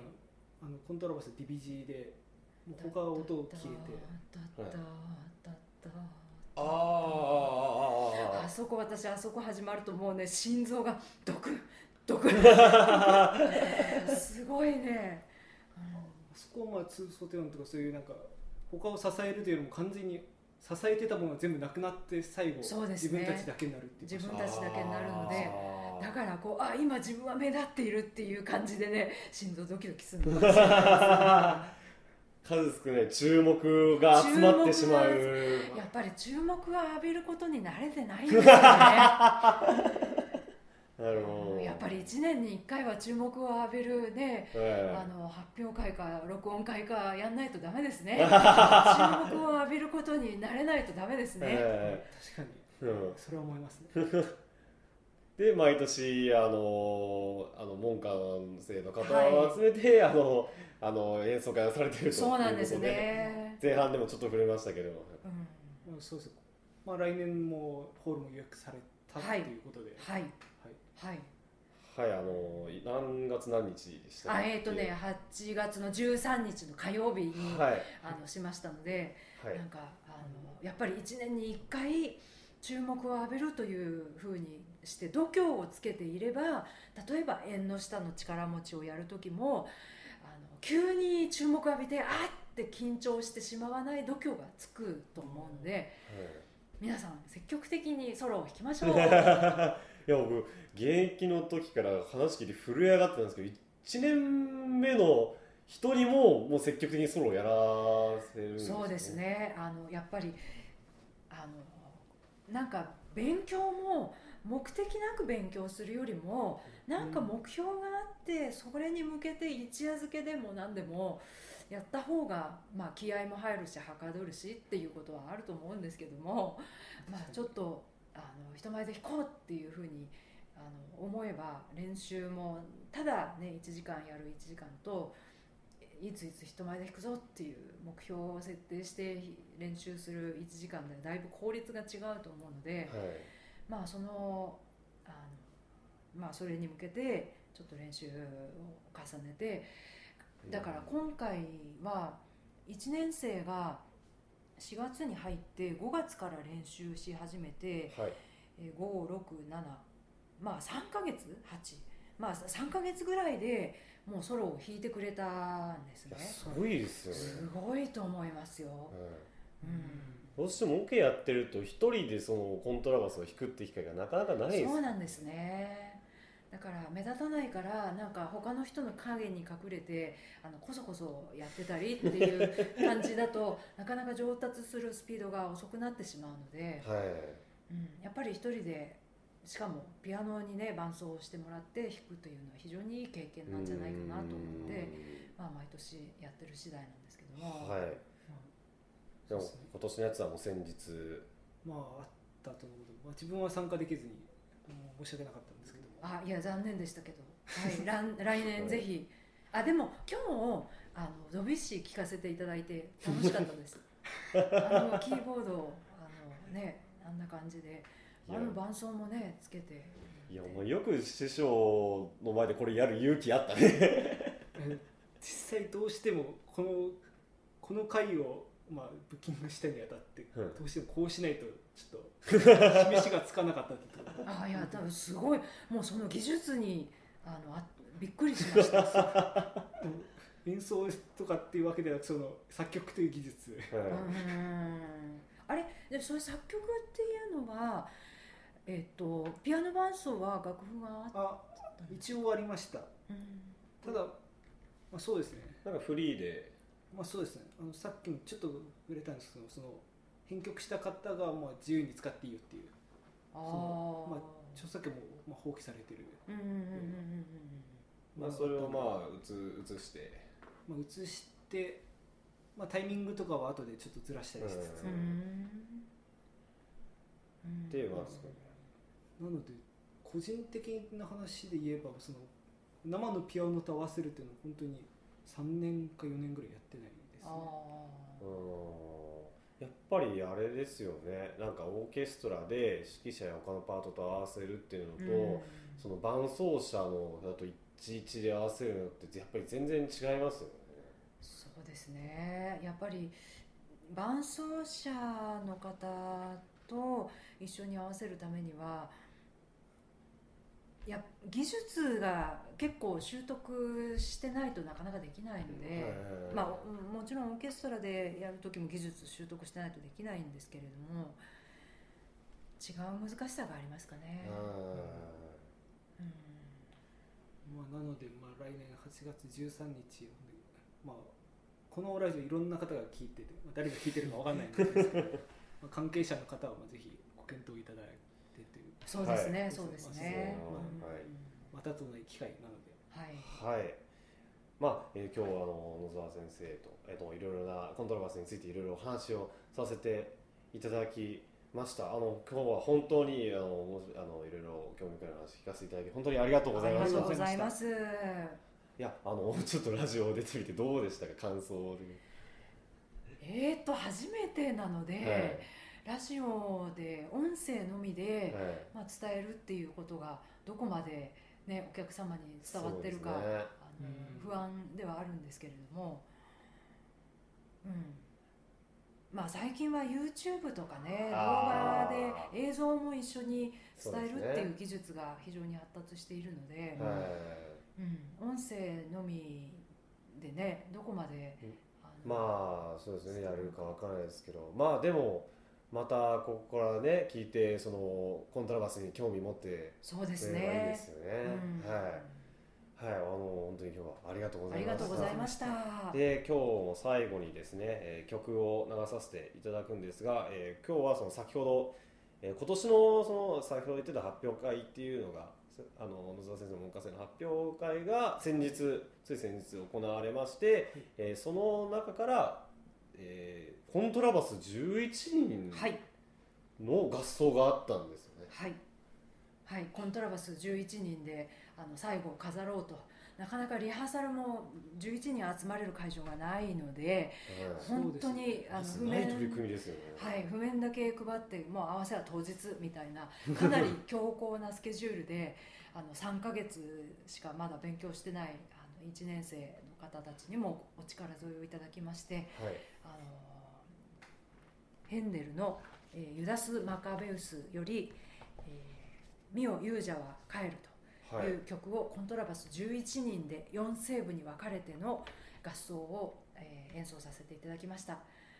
Speaker 2: あのコントラバスディビジーでもう他は音を消えて
Speaker 3: だっただっただった
Speaker 1: あーあーあーあー
Speaker 3: あそこ私あそこ始まるともうね心臓がドクンド クンすごいね、
Speaker 2: そこはまあ通奏低音とかそういうなんか他を支えるというよりも完全に支えてたものが全部なくなって最後
Speaker 3: そうです
Speaker 2: 自
Speaker 3: ね
Speaker 2: 分たちだけになるっていう
Speaker 3: 自分たちだけになるので
Speaker 1: あー
Speaker 3: だからこうあ今自分は目立っているっていう感じでね心臓ドキドキする のかもしれな
Speaker 1: 数少ない注目が集まってしま
Speaker 3: 注
Speaker 1: う
Speaker 3: いやっぱり注目を浴びることに慣れてないんですよね
Speaker 1: なるほど
Speaker 3: やっぱぱり1年に1回は注目を浴びるね、
Speaker 1: え
Speaker 3: あ
Speaker 1: え
Speaker 3: の発表会か録音会かやんないとダメですね 注目を浴びることになれないとダメですね、
Speaker 1: え
Speaker 2: 確かに
Speaker 1: えうん
Speaker 2: それは思いますね
Speaker 1: で毎年あのあの門下生の方
Speaker 3: は
Speaker 1: を集めて、あのあの演奏会をされてると
Speaker 3: そうなんです
Speaker 1: いう
Speaker 3: ね
Speaker 1: ことで前半でもちょっと触れましたけれども
Speaker 3: うん
Speaker 2: うんそうですまあ来年もホールも予約された
Speaker 3: はい
Speaker 2: っていうことで、
Speaker 3: はい
Speaker 2: はい
Speaker 3: はい
Speaker 1: はいあの何月何日でした
Speaker 3: あ
Speaker 1: っけ
Speaker 3: えっ、とね8月の13日の火曜日に、
Speaker 1: はい
Speaker 3: あのしましたので、
Speaker 1: はい
Speaker 3: なんかあのやっぱり1年に1回注目を浴びるというふうにして度胸をつけていれば例えば縁の下の力持ちをやる時もあの急に注目を浴びてあっって緊張してしまわない度胸がつくと思うので皆さん積極的にソロを弾きましょう。
Speaker 1: いや僕現役の時から話聞いて震え上がってたんですけど1年目の人にももう積極的にソロをやらせるん
Speaker 3: そうですねあのやっぱりあのなんか勉強も目的なく勉強するよりもなんか目標があってそれに向けて一夜漬けでも何でもやった方が、まあ、気合も入るしはかどるしっていうことはあると思うんですけども、まあ、ちょっとあの人前で弾こうっていうふうにあの思えば練習もただね1時間やる1時間といついつ人前で弾くぞっていう目標を設定して練習する1時間でだいぶ効率が違うと思うので、
Speaker 1: はい
Speaker 3: まあそのあのまあそれに向けてちょっと練習を重ねてだから今回は1年生が4月に入って5月から練習し始めて
Speaker 1: はい
Speaker 3: 567まあ3ヶ月8まあ3ヶ月ぐらいでもうソロを弾いてくれたんです
Speaker 1: いや
Speaker 3: ね
Speaker 1: すごいですよ
Speaker 3: す
Speaker 1: ね、
Speaker 3: ごいと思いますよ
Speaker 1: う、ん
Speaker 3: うん、
Speaker 1: どうしてもオ、ケやってると一人でそのコントラバスを弾くって機会がなかなかないです
Speaker 3: そうなんですねだから目立たないからなんか他の人の影に隠れてあのこそこそやってたりっていう感じだとなかなか上達するスピードが遅くなってしまうので、
Speaker 1: はい
Speaker 3: うん、やっぱり一人でしかもピアノにね伴奏をしてもらって弾くというのは非常にいい経験なんじゃないかなと思って、まあ、毎年やってる次第なんですけど
Speaker 1: うーん
Speaker 3: も、
Speaker 1: はいでも
Speaker 2: そうですね
Speaker 1: 今年のやつはもう先日
Speaker 2: まああったと思うけど、まあ、自分は参加できずにもう申し訳なかったんですけども
Speaker 3: あいや残念でしたけど、 はい、らん来年ぜひあでも今日あのドビュッシー聴かせていただいて楽しかったです あのキーボードをあのねあんな感じで
Speaker 1: い
Speaker 3: あ
Speaker 1: や
Speaker 3: の伴奏もねつけて
Speaker 1: いやもうよく師匠の前でこれやる勇気あったね
Speaker 2: え実際どうしてもこのこの回を、まあ、ブッキングしたにあたって、
Speaker 1: うん
Speaker 2: どうしてもこうしないとちょっと示しがつかなかったっていうところ
Speaker 3: あいや多分すごいもうその技術にあのあびっくりしました
Speaker 2: 演奏とかっていうわけではなくその作曲という技術
Speaker 1: は
Speaker 3: う
Speaker 1: い
Speaker 3: んあれでそれ作曲っていうのはえっ、とピアノ伴奏は楽譜があっ
Speaker 2: あ一応ありました
Speaker 3: うん
Speaker 2: ただ、まあ、そうですね
Speaker 1: なんかフリーで
Speaker 2: まあそうですねあのさっきもちょっと触れたんですけどその編曲した方がまあ自由に使っていいよっていう
Speaker 3: あ
Speaker 2: の
Speaker 3: ー
Speaker 2: まあ著作権もまあ放棄されてる、
Speaker 3: うんうんうんうんうん
Speaker 1: まあ、それをまあ移移して
Speaker 2: まあ、移して、まあ、タイミングとかは後でちょっとずらしたりしつつ、
Speaker 1: う
Speaker 3: うんうんんうん
Speaker 1: でまあ
Speaker 2: うん
Speaker 1: その
Speaker 2: なので個人的な話で言えばその生のピアノと合わせるっていうのは本当に3年か4年ぐらいやってないですね
Speaker 3: あ
Speaker 1: うーんやっぱりあれですよねなんかオーケストラで指揮者や他のパートと合わせるっていうの
Speaker 3: ー
Speaker 1: と、その伴奏者のだと11で合わせるのってやっぱり全然違いますよね。
Speaker 3: そうですねやっぱり伴奏者の方と一緒に合わせるためにはいや技術が結構習得してないとなかなかできないので、
Speaker 1: はい
Speaker 3: まあ、うんもちろんオーケストラでやる時も技術習得してないとできないんですけれども違う難しさがありますかね。うん
Speaker 2: まあ、なので、まあ、来年8月13日、まあ、このラジオいろんな方が聞いてて、まあ、誰が聞いてるかわかんないんですけどまあ関係者の方はまあぜひご検討いただいてという、
Speaker 3: そうですね、
Speaker 2: はい
Speaker 3: そうです
Speaker 1: そうです
Speaker 3: ね
Speaker 1: ね。
Speaker 3: うん
Speaker 1: はい
Speaker 2: ままたとない機会なので
Speaker 3: は
Speaker 1: は
Speaker 3: い
Speaker 1: い。まあ、えー今日はあの野沢先生と、えっ、と、いろいろなコントラバスについていろいろお話をさせていただきました。あの、今日は本当に、あの、もしあの、いろいろ興味深い話聞かせていただき、本当にありがとうございま
Speaker 3: あ
Speaker 1: し
Speaker 3: りが
Speaker 1: た。
Speaker 3: とうご
Speaker 1: い
Speaker 3: ざいます。
Speaker 1: や、あの、 ちょっとラジオ出てみて、どうでしたか、感想で。
Speaker 3: えー、っと初めてなので、ラジオで音声のみで、
Speaker 1: はい。はい。
Speaker 3: まあ、伝えるっていうことがどこまで、ね、お客様に伝わってるか、
Speaker 1: そうですね
Speaker 3: あの
Speaker 2: うん
Speaker 3: 不安ではあるんですけれども、うんまあ、最近は YouTube とかね動
Speaker 1: あ
Speaker 3: 画
Speaker 1: ー
Speaker 3: で映像も一緒に
Speaker 1: そう
Speaker 3: 伝
Speaker 1: で
Speaker 3: え
Speaker 1: す
Speaker 3: る
Speaker 1: ね
Speaker 3: っていう技術が非常に発達しているので、
Speaker 2: うん
Speaker 1: はい。
Speaker 3: うん、音声のみでねどこまで
Speaker 1: うん
Speaker 3: あの
Speaker 1: まあそうですねやるかわからないですけどまあでもまたここからね聞いてそのコントラバスに興味持って
Speaker 3: そうで
Speaker 1: く
Speaker 3: す
Speaker 1: れればいいで
Speaker 3: ね
Speaker 1: す。よね
Speaker 3: うん
Speaker 1: はい、はい、あの本当に今日はありがとうご
Speaker 3: あ
Speaker 1: ざい
Speaker 3: りが
Speaker 1: ま
Speaker 3: とう
Speaker 1: し
Speaker 3: ご
Speaker 1: た
Speaker 3: ざいました。は
Speaker 1: で今日も最後にですね、えー曲を流させていただくんですが、えー今日はその先ほど、えー今年のその先ほど言ってた発表会っていうのがせあの野沢先生の文科生の発表会が先日つい先日行われまして、えーその中から、えーコントラバス11人
Speaker 3: い、
Speaker 1: の合奏があったんですよね。
Speaker 3: はい、はい、コントラバス11人であの最後を飾ろうと。なかなかリハーサルも11人集まれる会場がないので
Speaker 1: はい
Speaker 3: 本当
Speaker 2: そうです
Speaker 3: に
Speaker 2: ね
Speaker 3: あの
Speaker 1: す
Speaker 3: 譜
Speaker 1: ごい取り
Speaker 3: 面
Speaker 1: 組みですよね。
Speaker 3: はい譜面だけ配ってもう合わせは当日みたいなかなり強硬なスケジュールで あの3ヶ月しかまだ勉強してないあの1年生の方たちにもお力添えをいただきまして
Speaker 1: はい
Speaker 3: あのヘンデルの、えーユダス・マカベウス」より「えーミオ・ユージャは帰る」と
Speaker 1: はい
Speaker 3: いう曲をコントラバス11人で4声部に分かれての合奏を、えー演奏させていただきました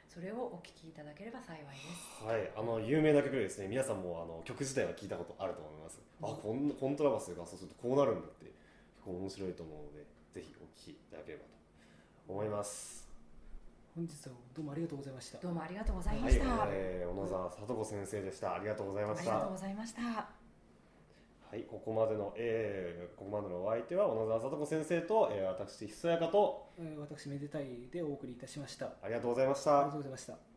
Speaker 3: それをお聴きいただければ幸いです
Speaker 1: はい、あの有名な曲でですね皆さんもあの曲自体は聞いたことあると思います、あこんコントラバスがそうするとこうなるんだって結構面白いと思うのでぜひお聴きいただければと思います
Speaker 2: 本日はどうもありがとうございました
Speaker 3: どうもありがとうございま
Speaker 1: はい
Speaker 3: した、、
Speaker 1: えー小野沢聡子先生でしたありがとうございま
Speaker 3: あ
Speaker 1: し
Speaker 3: り
Speaker 1: た
Speaker 3: がとう
Speaker 1: は
Speaker 3: ございました
Speaker 1: いここまでの、えーここまでのお相手は小野沢聡子先生と、えー私ひそやかと
Speaker 2: えー私めでたいでお送りいたしましたあ
Speaker 1: ありがとうございまし
Speaker 2: りが
Speaker 1: た
Speaker 2: とうございました